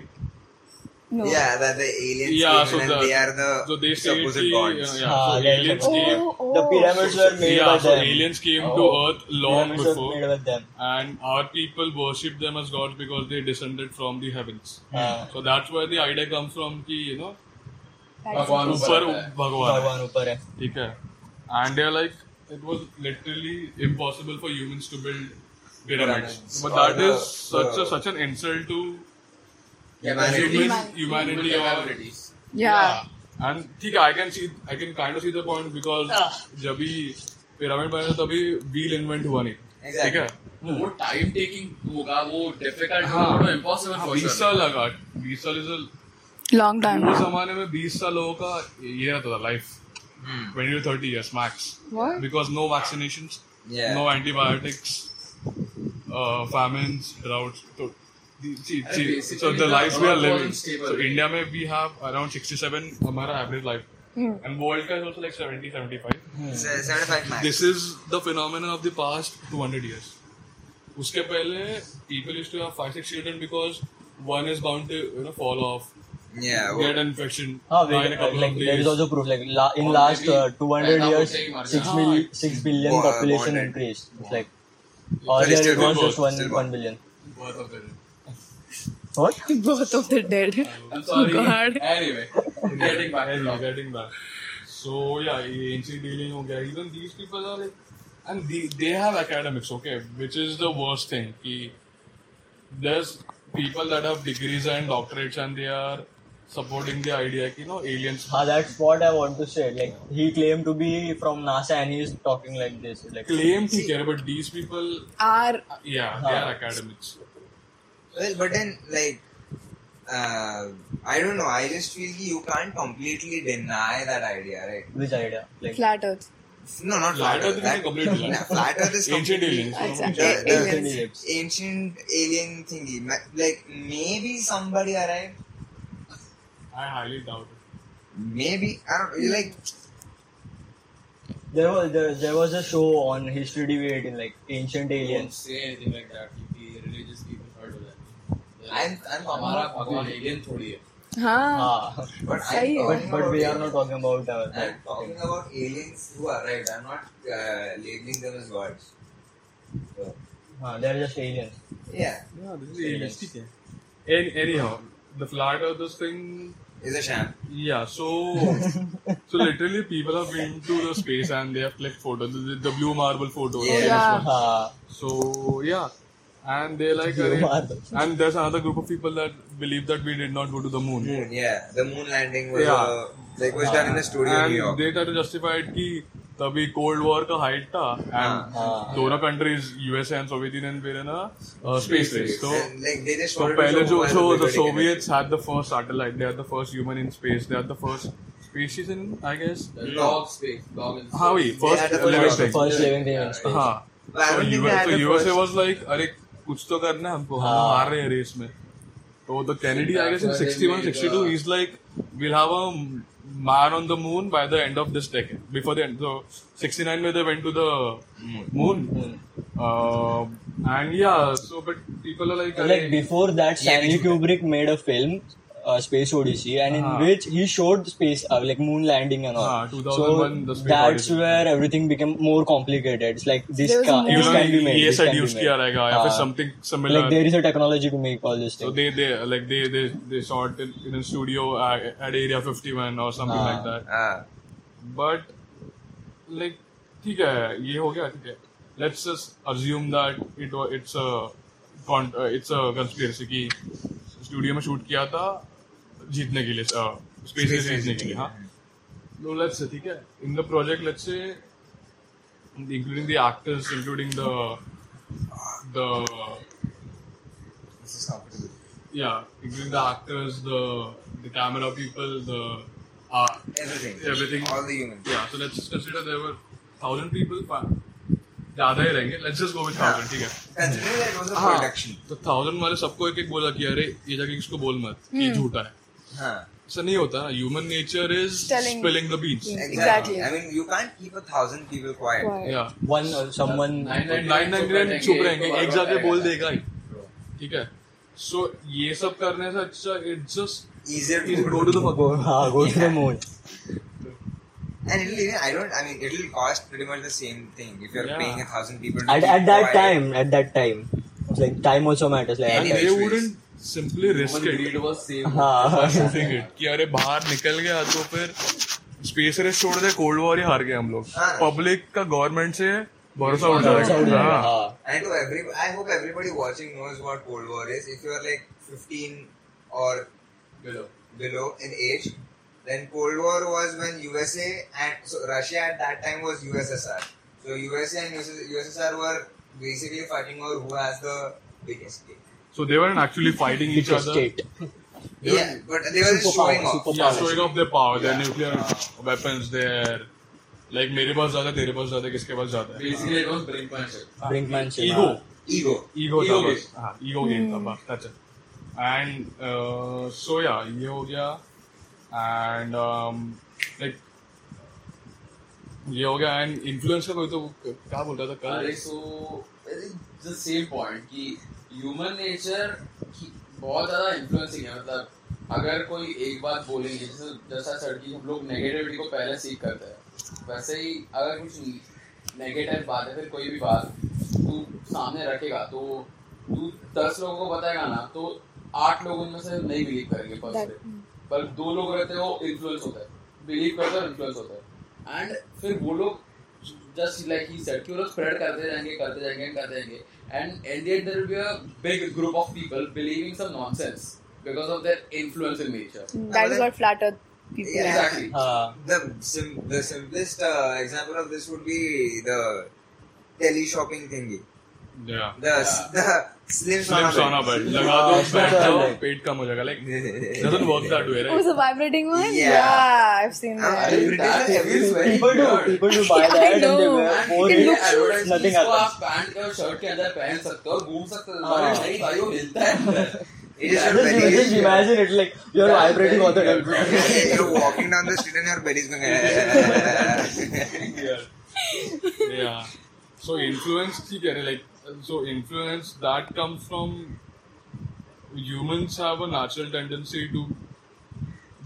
S4: no.
S1: Yeah, that the aliens
S6: Yeah,
S1: came
S6: so
S1: in and
S6: the-
S1: they are the
S6: So they say
S1: supposed
S6: the, uh, yeah,
S1: gods.
S6: so
S2: Ah, yeah,
S6: aliens
S2: yeah.
S6: came.
S4: Oh, oh.
S2: The pyramids were made by
S6: Yeah, so
S2: them.
S6: aliens came
S5: Oh.
S6: to Earth long
S2: pyramids were made
S6: before,
S2: by them.
S6: and our people worship them as gods because they descended from the heavens.
S2: Ah.
S6: So that's where the idea comes from. Ki, you know,
S5: भगवान
S4: That's-
S5: ऊपर
S6: ऊपर
S5: आता है।
S6: भगवान है.
S2: भगवान ऊपर है
S6: ठीक है and they like it was literally impossible for humans to build pyramids but that is such a such an insult to
S1: Humanity.
S6: human humanity or
S4: yeah.
S6: and ठीक है I can see I can kind of see the point because जब भी pyramid बना तभी wheel invent हुआ नहीं
S1: Exactly.
S6: ठीक है
S5: वो टाइम टेकिंग होगा वो डिफिकल्ट
S6: हाँ।
S5: होगा इम्पॉसिबल
S6: हाँ,
S5: फॉर
S6: 20 साल लगा 20 साल इज
S4: Long time.
S6: उस जमाने में 20 साल लोगों का ये रहता था life
S5: Hmm.
S6: 20 to 30 years max
S4: What?
S6: because no vaccinations
S1: Yeah.
S6: no antibiotics uh, famines droughts so, the- see,
S5: And
S6: see,
S5: basically
S6: so the
S5: the
S6: lives we are
S5: earth
S6: living
S5: wasn't stable.
S6: so India में we have around 67 हमारा average life
S4: Hmm.
S6: and world का is also like 70 75
S1: Se- 75 max.
S6: this is the phenomenon of the past 200 years उसके पहले people used to have 5 6 children because one is bound to you know fall off
S1: yeah,
S6: get
S1: well,
S6: an infection
S2: हाँ,
S6: die in a couple
S2: Ah, like
S6: of
S2: there is
S6: days
S2: also proof like la- in
S5: Or
S2: last
S5: maybe
S2: uh, 200
S5: पैदा
S2: years
S5: होते ही मर
S2: 6
S5: जाए।
S2: mil- 6 billion
S1: Born- born
S2: population
S1: dead.
S2: increased it's like Or
S6: But it's
S2: there it
S6: still
S2: was
S6: worth,
S2: just one
S1: still
S2: one billion.
S6: Worth of it.
S2: What?
S4: Both of the dead.
S5: I'm sorry.
S4: God.
S5: Anyway, getting back to
S6: Anyway,
S5: topic.
S6: getting back. So yeah, ये ancient alien हो गया. Even these people are like, and they, they have academics, okay, which is the worst thing. कि there's people that have degrees and doctorates and they are supporting the idea कि no aliens
S2: Ah, that's what I want to say. Like he claimed to be from NASA and he's talking like this. Like
S6: claim to care, but these people,
S4: Are
S6: yeah, they
S2: हाँ.
S6: are academics.
S1: Well, but then, like, uh, I don't know. I just feel ki you can't completely deny that idea, right?
S2: which idea? Like
S4: flat earth.
S1: No, not
S6: Flat
S1: flat
S6: Earth
S1: Earth.
S6: is
S1: That,
S6: a complete lie.
S1: Nah, flat Earth is
S6: Ancient
S1: completely-
S6: aliens.
S4: Exactly.
S1: Yeah,
S4: A-
S1: yeah.
S4: aliens.
S2: aliens.
S1: Ancient alien thingy. Ma- Like, maybe somebody arrived.
S6: I highly doubt it.
S1: Maybe. I don't know. Like,
S2: There was there, there was a show on History TV 18 like ancient
S5: Don't
S2: aliens.
S5: say anything like that. क्योंकि religious people hurt हो जाते हैं।
S1: I'm- I'm-
S5: हमारा भगवान alien थोड़ी है।
S4: Huh.
S2: Ah,
S1: but
S4: Sahi
S1: I'm talking
S4: hai.
S2: but but we
S1: about
S2: are not talking about uh, that.
S1: I'm
S6: Ah,
S1: talking about aliens who arrived. I'm not uh, labeling them as gods. So,
S2: Ah, they're just aliens.
S1: yeah,
S6: Yeah, this is
S2: aliens.
S6: Any, anyhow, the flat earthers thing
S1: it's a sham.
S6: Yeah, so so literally people have been to the space and they have clicked photos, the, the blue marble photos.
S1: Yeah.
S4: Yeah.
S2: Ah,
S6: So yeah, and they like
S2: Blue
S6: "Arey-"
S2: marble.
S6: and there's another group of people that believe that we did not go to the moon.
S1: Moon, yeah. The moon landing was
S6: Hmm. Yeah.
S1: uh, like was done in a studio in New
S6: And
S1: York.
S6: they try to justify it कि तभी कोल्ड वॉर का हाइट था एंड
S2: ah.
S6: दोनों countries USA and Soviet union were in space race तो
S1: And, like they just
S6: uh, So
S1: wanted to
S6: पहले
S1: show
S6: जो
S1: who has
S6: so
S1: the
S6: the
S1: bigger
S6: Soviets had the first satellite, they had the first human in space, they had the first species in I guess.
S5: The dog space, dog in space.
S6: हाँ वही
S1: They
S6: first
S1: had the
S6: living
S1: first-
S6: thing.
S2: First living thing in space.
S6: हाँ
S1: But I
S6: So
S1: don't think
S6: US
S1: they had
S6: so
S1: the
S6: USA
S1: first-
S6: was like अरे कुछ तो करना है हमको हम
S2: हाँ।
S6: हार रहे हैं रेस में तो the Kennedy I guess in 61
S1: uh,
S6: 62 he's like we'll have a man on the moon by the end of this decade before the end so 69 में they went to the moon Uh, and yeah so but people are like "अरे,
S2: Like before that, Stanley Kubrick made a film, uh, Space Odyssey, and in
S6: Ah.
S2: which he showed space, uh, like moon landing and all.
S6: Ah, 2001
S2: so
S6: the Space
S2: that's
S6: Odyssey.
S2: where everything became more complicated. It's like this,
S4: There was
S2: ca-
S4: more-
S6: you
S2: this
S6: know E
S2: can be made.
S6: ये
S2: this can
S6: side
S2: be
S6: use
S2: made.
S6: किया रहेगा या फिर
S2: Ah.
S6: Something
S2: Like
S6: similar
S2: there is a technology to make all this
S6: So
S2: thing.
S6: they, they like they they, they saw it in, in a studio at, at Area 51 or something
S2: Ah.
S6: like that.
S1: Ah,
S6: But like ठीक है ये हो गया ठीक है. Let's just assume that it was it's a con uh, it's a conspiracy कि स्टूडियो में शूट किया था जीतने के लिए स्पेस रेस जीतने के लिए हाँ. No, let's say ठीक है. In the project, let's say including the actors, including the the
S1: this is comfortable.
S6: Yeah, including the actors, the the camera people, the uh,
S1: Everything.
S6: everything.
S1: All the humans.
S6: Yeah, so let's just consider there were thousand people. fine. ज्यादा ही रहेंगे let's just go with thousand ठीक है
S1: Considering that it was a
S6: हाँ
S1: production.
S6: तो थाउजेंड वाले सबको एक एक बोला कि अरे ये जाके किसको बोल मत ये
S4: हम्म.
S6: झूठा है
S1: Huh.
S6: ऐसा नहीं होता ना human nature is
S4: Telling-
S6: spilling the beans
S4: Yeah.
S1: Exactly.
S4: Exactly.
S1: I mean, you can't keep a thousand people quiet.
S4: Quiet.
S6: या
S2: One uh, someone.
S6: Nine nine nine चुप रहेंगे एक जाके बोल देगा ही ठीक है सो ये सब करने से अच्छा it's just
S1: Easier to
S6: go to the
S2: Go, ah, go to the moon.
S1: And it'll, even- I don't, I mean, it'll cost pretty much the same thing if you're
S6: Yeah.
S1: paying a thousand people to
S2: At,
S1: keep
S2: at that
S1: quiet.
S2: time, at that time, it's like time also matters. Like at
S6: And
S1: Any-
S2: that-
S6: they
S1: Anyways.
S6: wouldn't simply risk
S5: Human
S6: it
S5: greed was saved.
S2: Ah.
S6: shooting it कि अरे बाहर निकल गया तो फिर स्पेस रेस छोड़ दे कोल्ड वॉर ही हार गए हम लोग
S1: हाँ।
S6: पब्लिक का गवर्नमेंट से भरोसा उठ
S2: Sounds out
S6: जाएगा
S2: there,
S6: हाँ।
S2: ah.
S1: I know every. I hope everybody watching knows what Cold War is. If you're like 15 or
S5: Below.
S1: below in age, then Cold War was when USA and so Russia at that time was USSR. So USA and USSR were basically fighting over who has the biggest cake.
S6: So they weren't actually fighting each
S2: Just
S6: other.
S2: state.
S1: Yeah, but they were just
S2: Superpower,
S1: showing off.
S6: Yeah,
S2: superpower.
S6: showing off their power, their nuclear weapons, their like मेरे पास ज्यादा तेरे पास ज्यादा किसके पास ज्यादा है
S5: Basically, it was brainwashing.
S2: Brinkmanship.
S6: ego
S1: Ego.
S6: ego
S5: Ego
S6: था
S5: game.
S6: बस हाँ ego game था बस that's it and uh, so yeah ये हो गया and um, like ये हो गया and influencer कोई तो क्या बोल रहा था
S5: अरे
S6: कल
S5: सो द सेम पॉइंट कि ह्यूमन नेचर बहुत ज्यादा इन्फ्लुएंसिंग है मतलब अगर कोई एक बात बोलेंगे जैसे जैसा सर की हम लोग नेगेटिविटी को पहले सीख करते हैं वैसे ही अगर कुछ नेगेटिव बात है फिर कोई भी बात तू सामने रखेगा तो तू दस लोगों को बताएगा ना तो आठ लोग उनमें से नहीं बिलीव करेंगे फर्स्ट
S4: That-
S5: पे पर दो लोग रहते हैं वो इन्फ्लुएंस होता है तो बिलीव करते हैं इन्फ्लुएंस होता है एंड फिर वो लोग जस्ट लाइक ही सेड कि वो लोग स्प्रेड करते जाएंगे करते जाएंगे करते जाएंगे and at the end there will be a big group of people believing some nonsense because of their influence in nature
S4: That is what flattered people.
S1: Yeah.
S5: Exactly
S2: हाँ
S1: The sim- the simplest uh, example of this would be the tele shopping thingy.
S6: Yeah.
S1: The s- the slim
S6: Slim sauna bed. लगा दो
S2: Yeah,
S6: बैठ
S2: it's
S6: जाओ
S2: better.
S6: पेट कम हो जाएगा like
S1: bed.
S6: doesn't work that way
S4: Oh,
S6: right
S4: the vibrating one?
S1: Yeah.
S4: I've seen
S1: I'm
S4: that.
S5: I-
S1: British are everywhere.
S2: people do people do buy
S4: I
S2: that and they
S4: know.
S2: wear
S5: And
S2: more
S5: ये
S4: looks-
S2: it,
S5: advertisement
S2: nothing
S5: को
S2: happens
S5: आप पैंट और शर्ट के अंदर पहन सकते हो घूम सकते हो
S2: हाँ।
S5: अरे नहीं भाई वो मिलता है अंदर।
S1: It is
S5: Yeah,
S1: your
S2: just,
S1: belly.
S2: just imagine it like you're
S5: Yeah,
S2: vibrating all the
S5: very
S2: time
S1: You're walking down the street and your belly's going. "Ah."
S6: yeah so influence ठीक है like so influence that comes from humans have a natural tendency to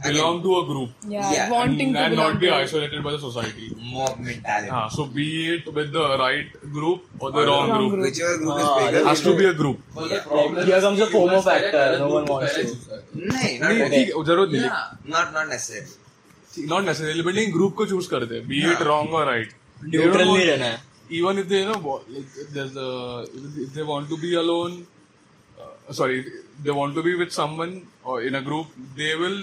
S6: belong to a group
S4: Yeah,
S1: Yeah,
S4: wanting
S6: and,
S4: to
S6: and
S4: belong
S6: not be
S4: to it.
S6: isolated by the society
S1: Mob mentality.
S6: हाँ, so be it with the right group or the wrong,
S4: Wrong group.
S6: group,
S1: Whichever group
S2: Ah,
S1: is bigger.
S6: has to be a group
S5: But the
S1: Yeah.
S5: problem
S2: Like, here
S5: is
S2: comes the
S5: you
S2: FOMO
S5: must select
S2: factor.
S5: whether
S2: No
S5: you
S2: one
S5: do
S2: wants to.
S5: parents choose करते
S1: नहीं
S6: नहीं,
S1: not
S6: ठीक है, जरूरत
S5: हैं।
S6: नहीं
S5: Yeah.
S1: not not necessary.
S6: Not necessary but नहीं ग्रुप को चूज करते बी इट रॉन्ग और राइट
S2: न्यूट्रल नहीं रहना है
S6: even if they you know wa- if there's a, if they want to be alone uh, sorry if they want to be with someone or in a group they will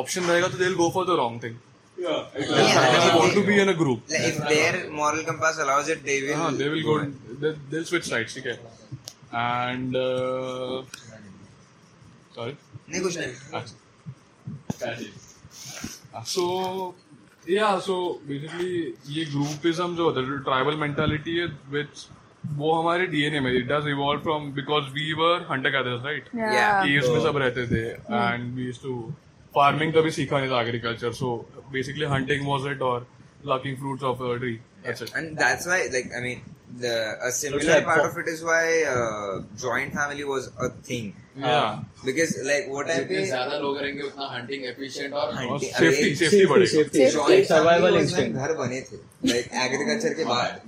S6: option rahega so they'll go for the wrong thing
S1: Yeah.
S6: they want to be in a group
S1: Like, if their moral compass allows it, they will.
S6: uh, they will go they, they'll switch sides okay and uh, sorry
S1: नहीं कुछ नहीं.
S6: Ah. Ah, so yeah so basically ये ग्रुपिज्म जो होता है ट्राइबल मेंटालिटी है which वो हमारे डीएनए में it does evolve from because we were hunter gathers right
S1: Yeah.
S6: Caves में सब रहते थे and we used to farming कभी सीखा नहीं था agriculture so basically hunting was it और plucking fruits of a tree that's it
S1: And that's why, like, I mean, the a similar
S2: like
S1: part
S2: for-
S1: of it is why uh, joint family was a thing.
S6: या
S1: Because, like, what I
S5: जितने
S1: mean,
S5: ज्यादा लोग हाँ। रहेंगे उतना हंटिंग एफिशिएंट और
S1: Hunting.
S6: सेफ्टी सेफ्टी बढ़ेगा
S1: joint
S2: survival
S1: family was when
S2: instinct
S1: घर बने थे, like agriculture के बाद.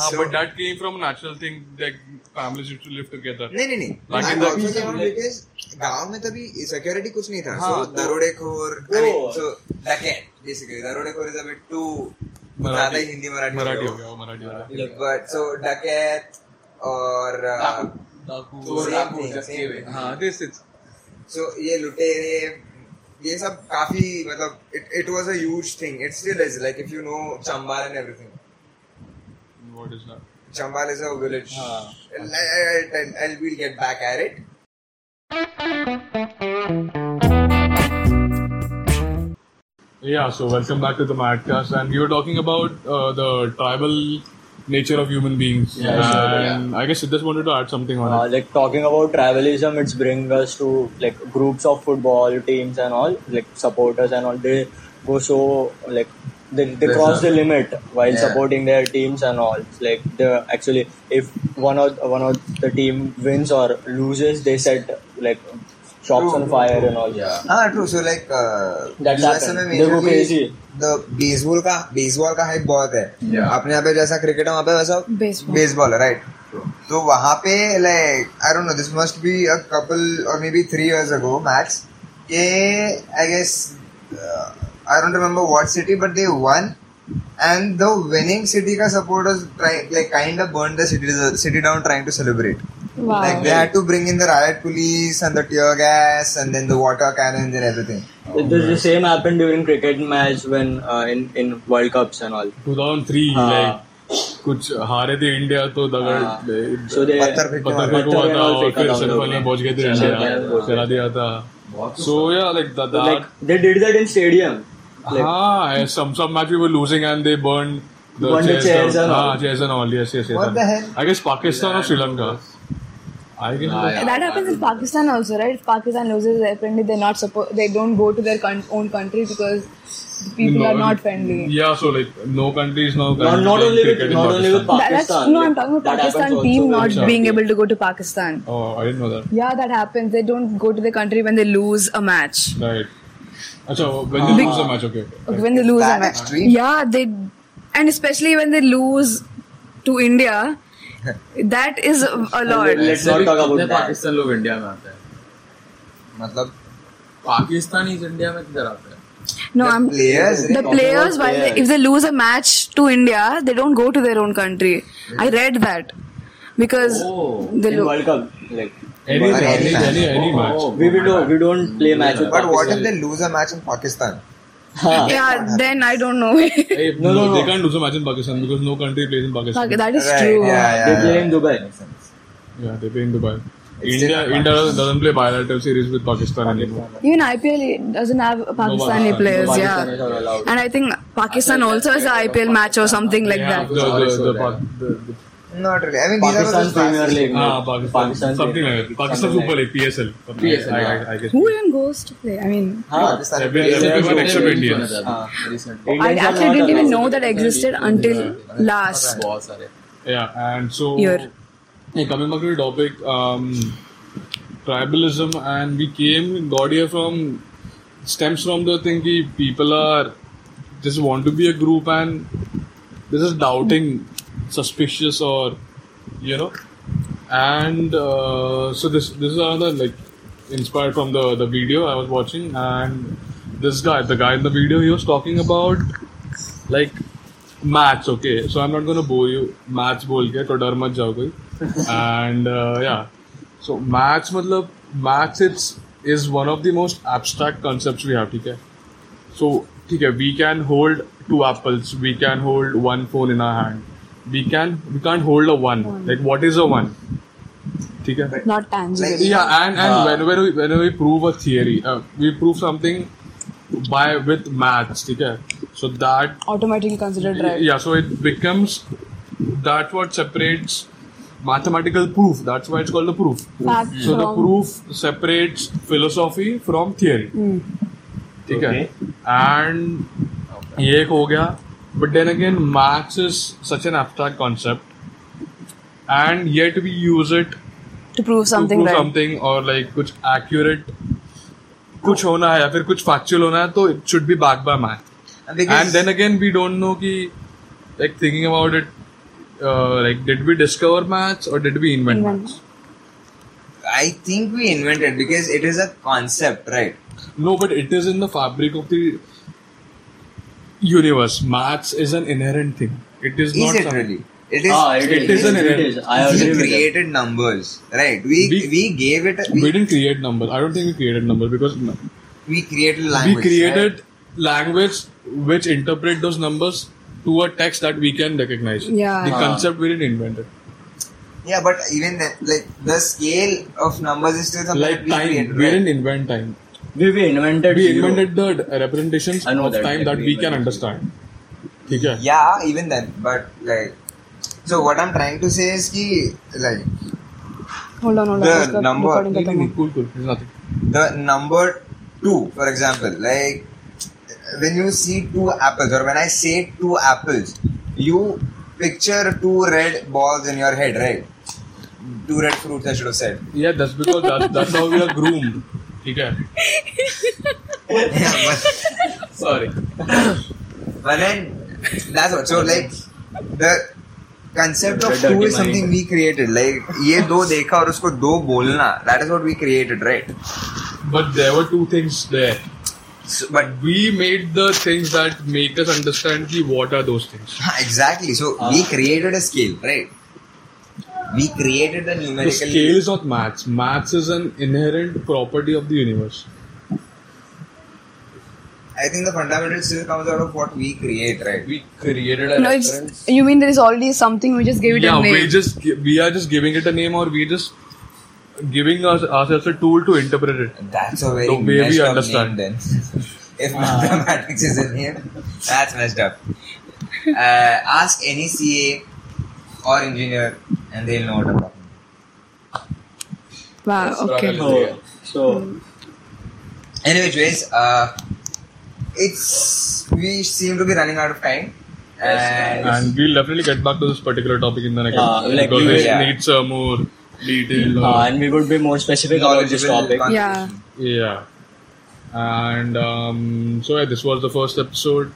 S6: हाँ
S1: So-
S6: but that came from natural thing that families used to live together
S1: नहीं नहीं नहीं
S6: Like
S1: I'm
S6: in the-
S1: also saying because गांव में तभी सिक्योरिटी कुछ नहीं था
S6: हाँ,
S1: सो
S6: तो-
S1: दरोडेखोर आई मीन
S2: वो-
S1: सो डकैत बेसिकली दरोडेखोर is a bit too
S6: Marathi-
S1: ज्यादा ही हिंदी मराठी
S6: मराठी हो गया वो मराठी हो गया
S1: बट सो डकैत और uh,
S5: तो हाँ
S6: दिस इज
S1: सो ये लुटेरे ये सब काफी मतलब it it was a huge thing it still is like if you know Chambal and everything
S6: What is that?
S1: Chambal is a village.
S2: Ah.
S1: I'll, I'll, I'll, I'll, we'll get back at it.
S6: Yeah, so welcome back to the Madcast, and we were talking about uh, the tribal nature of human beings.
S5: Yeah, sure,
S6: and I guess Siddharth wanted to add something on
S2: Uh,
S6: it.
S2: like talking about tribalism, it's bringing us to like groups of football teams and all, like supporters and all. They go so like they, they
S5: There's
S2: cross the
S5: a-
S2: limit while
S1: Yeah.
S2: supporting their teams and all. It's like they actually, if one of one of the team wins or loses, they set like shops on fire and all.
S5: Yeah.
S1: हाँ true so like uh,
S2: That's
S1: USA में
S2: happened. They go crazy.
S1: Majorly the baseball का baseball का hype बहुत है
S5: Yeah.
S1: अपने यहाँ पे जैसा क्रिकेट है वहाँ पे वैसा
S4: Baseball.
S1: baseball है right तो वहाँ पे like I don't know this must be a couple or maybe three years ago max ये I guess uh, I don't remember what city but they won and the winning city का supporters try like kind of burned the city city down trying to celebrate
S4: Wow.
S1: Like they had to bring in the riot police and the tear gas and then the water cannons and everything.
S2: It- this- the same happened during cricket match when uh, in in World Cups and all.
S6: 2003,
S2: हाँ.
S6: like कुछ हारे थे इंडिया तो दगड़
S2: हाँ.
S6: पत्थर
S2: So they
S1: पत्थर फेंकने वाले।
S6: फेंक
S2: पत्थर
S6: हुआ था
S2: and all
S6: और
S2: फेंका
S6: फिर
S2: था उन लोगों
S6: सेमीफाइनल में
S2: ने।
S6: पहुंच गए थे
S2: चला
S6: इंडिया
S2: दिया।
S6: चला दिया था सो या like
S2: like
S6: that
S2: they did that in stadium. Like,
S6: हाँ some some match we were losing and they burned the
S2: Burned the
S6: chairs,
S2: chairs
S6: down.
S2: and all.
S6: हाँ, chairs and all yes yes yes
S1: What
S6: and-
S1: the hell?
S6: I guess Pakistan or Sri Lanka I guess
S5: Nah, yeah.
S4: That happens in Pakistan also, right? If Pakistan loses, apparently they're not supposed. They don't go to their con- own country because the people
S6: No,
S4: are not friendly.
S6: Yeah, so like no countries now.
S2: not, not only with not only with
S4: That- that's,
S2: Pakistan.
S4: no, I'm talking about
S2: That happens
S4: Pakistan
S2: also
S4: team
S2: with
S4: not
S6: India.
S4: being able to go to Pakistan.
S6: Oh, I didn't know that.
S4: Yeah, that happens. They don't go to the country when they lose a match.
S6: Right. Achha, when they lose a match, okay. okay.
S4: When they lose a
S1: that
S4: match.
S1: extreme?
S4: Yeah, they, and especially when they lose to India, that is a lot.
S2: Let's not talk about
S7: Pakistan
S2: that.
S7: लोग इंडिया में आते हैं
S1: मतलब
S7: पाकिस्तान इज इंडिया में किधर आते हैं
S4: No,
S1: the
S4: I'm.
S1: players
S4: The players, while they, if they lose a match to India, they don't go to their own country. I read that because
S7: Oh.
S4: they
S2: In
S4: lo-
S2: World Cup, like
S6: Any,
S1: But
S6: any,
S1: anytime.
S6: any,
S5: Oh.
S6: any match.
S2: we, we don't we don't play match with
S1: but what if
S2: Pakistan.
S1: they lose a match in Pakistan?
S2: Huh.
S4: Yeah, then I don't know. Okay,
S6: Hey,
S2: No,
S6: no,
S2: no,
S6: they
S2: no.
S6: can't lose a match in Pakistan because no country plays in Pakistan.
S4: that is
S1: Right,
S4: true.
S1: yeah, yeah,
S2: They
S1: yeah.
S2: play in Dubai.
S6: Yeah, they play in Dubai.
S1: It's
S6: India
S1: still not
S6: India doesn't play bilateral series with Pakistan anymore.
S4: Even IPL doesn't have Pakistani
S6: Pakistan-
S4: players,
S2: Pakistan is
S4: yeah.
S2: not allowed.
S4: And I think Pakistan also has an IPL match or something like
S6: Yeah,
S4: that.
S6: the, the, the, Pa- the, the,
S1: Not really. I mean, these are
S2: Pakistan
S1: those
S2: Premier
S1: matches.
S2: League.
S6: ah,
S2: no.
S6: Pakistan, something
S2: Premier
S6: like
S2: League.
S6: that. Pakistan
S2: Something
S6: Super
S2: like
S6: League, PSL.
S5: PSL,
S6: I,
S5: yeah.
S6: I, I guess.
S4: Who even goes to play? I mean,
S2: that. Huh.
S1: Pakistan
S6: Every-
S1: players.
S6: every- everyone except
S7: Very
S6: India.
S7: famous
S5: हाँ।
S7: अभी recently.
S4: I
S2: Indians are
S4: actually
S2: not
S4: didn't even
S2: allowed.
S4: know that existed until last.
S7: बहुत सारे
S6: Yeah, and so
S4: Here.
S6: yeah, coming back to the topic, um, tribalism, and we came got here from stems from the thing that people are just want to be a group and this is doubting, suspicious, or you know, and uh, so this this is another like inspired from the the video I was watching, and this guy, the guy in the video, he was talking about like maths okay so i'm not going to bore you maths बोल के तो डर मत जाओ कोई and uh, yeah so maths मतलब maths it's is one of the most abstract concepts we have ठीक है so ठीक है we can hold two apples we can hold one phone in our hand we can we can't hold a one like what is a one ठीक है
S4: Not tangible.
S6: yeah and and whenever we whenever we prove a theory uh, we prove something by with maths ठीक है so that
S4: Automatically considered right.
S6: yeah, so it becomes that what separates mathematical proof. That's why it's called the proof.
S4: Fact
S6: So the
S4: from-
S6: proof separates philosophy from theory.
S4: Hmm.
S6: ठीक है एंड ये एक हो गया but then again maths is such an abstract concept and yet we use it
S4: to prove
S6: to
S4: something
S6: prove
S4: right.
S6: something or like कुछ accurate कुछ होना है या फिर कुछ factual होना है तो it should be backed by math
S1: And because-
S6: and then again we don't know कि like thinking about it uh, like did we discover maths or did we invent
S4: Invent.
S6: maths
S1: I think we invented because it is a concept, right?
S6: no but it is in the fabric of the universe maths is an inherent thing it is,
S1: Is
S6: not
S1: it
S6: some-
S1: really? It is.
S2: Ah, it,
S6: It
S2: is,
S6: is an
S2: it
S6: error.
S2: is. I
S1: we
S2: agree with that.
S1: created numbers, right? We we,
S6: We-
S1: gave it. A,
S6: we
S1: we,
S6: didn't create numbers I don't think we created numbers because
S1: we created language.
S6: we created language which interpret those numbers to a text that we can recognize.
S4: Yeah.
S6: The
S4: Ah.
S6: concept we didn't invent it.
S1: right? Yeah, but even then, like the scale of numbers is still something
S6: Like
S1: that we
S6: time,
S1: created.
S6: we
S1: right?
S6: didn't invent time.
S2: We, we invented.
S6: We
S2: zero.
S6: invented the d- representations
S2: I know
S6: of
S2: that,
S6: time
S2: like,
S6: that
S2: we
S6: we can
S2: invented
S6: understand. ठीक है?
S1: yeah, even then, but like. So what I'm trying to say is ki, like
S4: Hold on, hold on.
S1: The
S4: उसका
S1: number-
S4: recording
S6: नहीं,
S4: खत्म
S6: नहीं,
S4: हो।
S6: नहीं, cool, cool. There's nothing.
S1: the number two, for example, like when you see two apples or when I say two apples, you picture two red balls in your head, right? Two red fruits, I should have said.
S6: Yeah, that's because that, that's how we are groomed. ठीक है?
S7: Sorry
S1: But then that's what. So like the concept of
S7: Dirty
S1: two
S7: mind.
S1: is something we created. Like ये दो देखा और उसको दो बोलना. That is what we created, right?
S6: But there were two things there.
S1: So, but
S6: We made the things that make us understand ki what are those things.
S1: हाँ, exactly. So we created a scale, right? We created the
S6: The
S1: numerical
S6: scale is not maths. Maths is an inherent property of the universe.
S1: I think the fundamental still comes out of what we create, right?
S7: We created uh
S4: No, it's, you mean there is already something we just gave it
S6: yeah,
S4: a name?
S6: we just gi- we are just giving it a name, or we just giving us ourselves a tool to interpret it.
S1: That's a very
S6: The way we
S1: messed up name
S6: understand.
S1: then. if mathematics is in here, that's messed up. Uh, ask any CA or engineer and they'll know what I'm talking about.
S4: wow, okay.
S2: So, so
S1: Anyways, uh, it's we seem to be running out of time. And,
S6: And we'll definitely get back to this particular topic in the next
S2: Yeah,
S6: episode,
S2: like
S6: because
S2: we
S6: this
S1: will-
S6: needs a more detailed.
S2: uh,
S6: Uh,
S2: and we would be more specific about this
S1: knowledgeable
S2: topic.
S1: conversation.
S4: Yeah.
S6: yeah, and um, so yeah, this was the first episode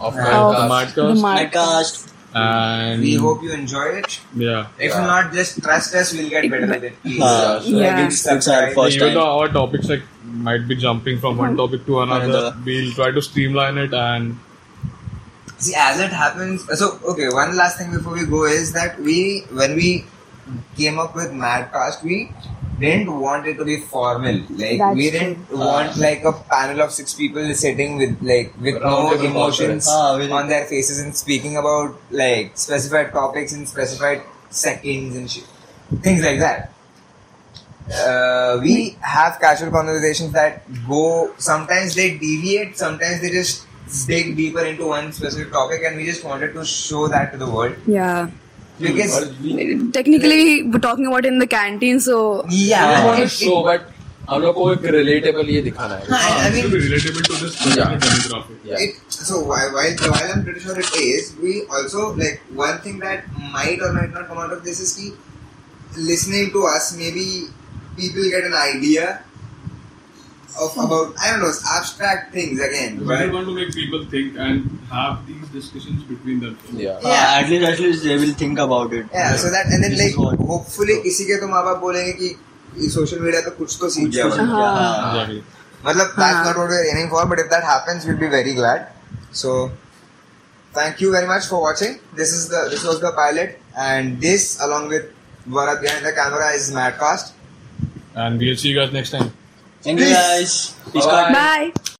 S7: of
S4: Of
S6: of the
S5: हाँ।
S7: My
S4: Oh, the
S6: Madcast.
S4: Mad-
S2: Podcast.
S6: And
S1: We hope you enjoy it.
S6: yeah.
S1: If not, just trust us. We'll get better at it. Please.
S8: Uh, so
S4: Yeah.
S8: it's, it's our first
S6: Even
S8: time.
S6: though our topics like might be jumping from
S1: Mm-hmm.
S6: one topic to another,
S8: Another.
S6: we'll try to streamline it and
S1: See, as it happens, so okay. One last thing before we go is that we, when we came up with Madcast, we didn't want it to be formal. Like
S4: That's
S1: we didn't want like a panel of six people sitting with like with no
S7: Roundtable
S1: emotions
S8: conference. Ah, we
S1: on their faces and speaking about like specified topics in specified seconds and shit, things like that. Uh, we have casual conversations that go sometimes they deviate sometimes they just dig deeper into one specific topic and we just wanted to show that to the world
S9: Yeah.
S1: because
S9: Technically, we're talking about in the canteen, so
S1: yeah
S5: want to
S1: it-
S5: show but हम लोग को एक रिलेटेबल ये दिखाना
S4: हाँ।
S5: है
S1: I, I
S6: should be
S1: mean
S6: relatable to this particular
S5: Yeah.
S6: demographic.
S5: Yeah.
S1: it, so while, while while I'm pretty sure it is we also like one thing that might or might not come out of this is ki listening to us maybe people get an idea of about I don't know abstract things again
S6: We
S1: but
S6: just want to make people think and have these discussions between themselves.
S5: Yeah.
S8: Uh,
S1: yeah
S8: at least at least they will think about it.
S1: Yeah, so that and then
S8: This
S1: like
S8: is what-
S1: hopefully किसी के तो माँ बाप बोलेंगे कि सोशल मीडिया तो कुछ तो सीख गया बंदा।
S4: Uh-huh.
S9: हाँ.
S6: Exactly.
S1: मतलब that's not what we're aiming for but if that happens we'll be very glad so thank you very much for watching this is the this was the pilot and this along with Bharat behind the camera is Madcast
S6: And we'll see you guys next time.
S8: Thank you guys. Peace
S5: Bye-bye.
S9: bye.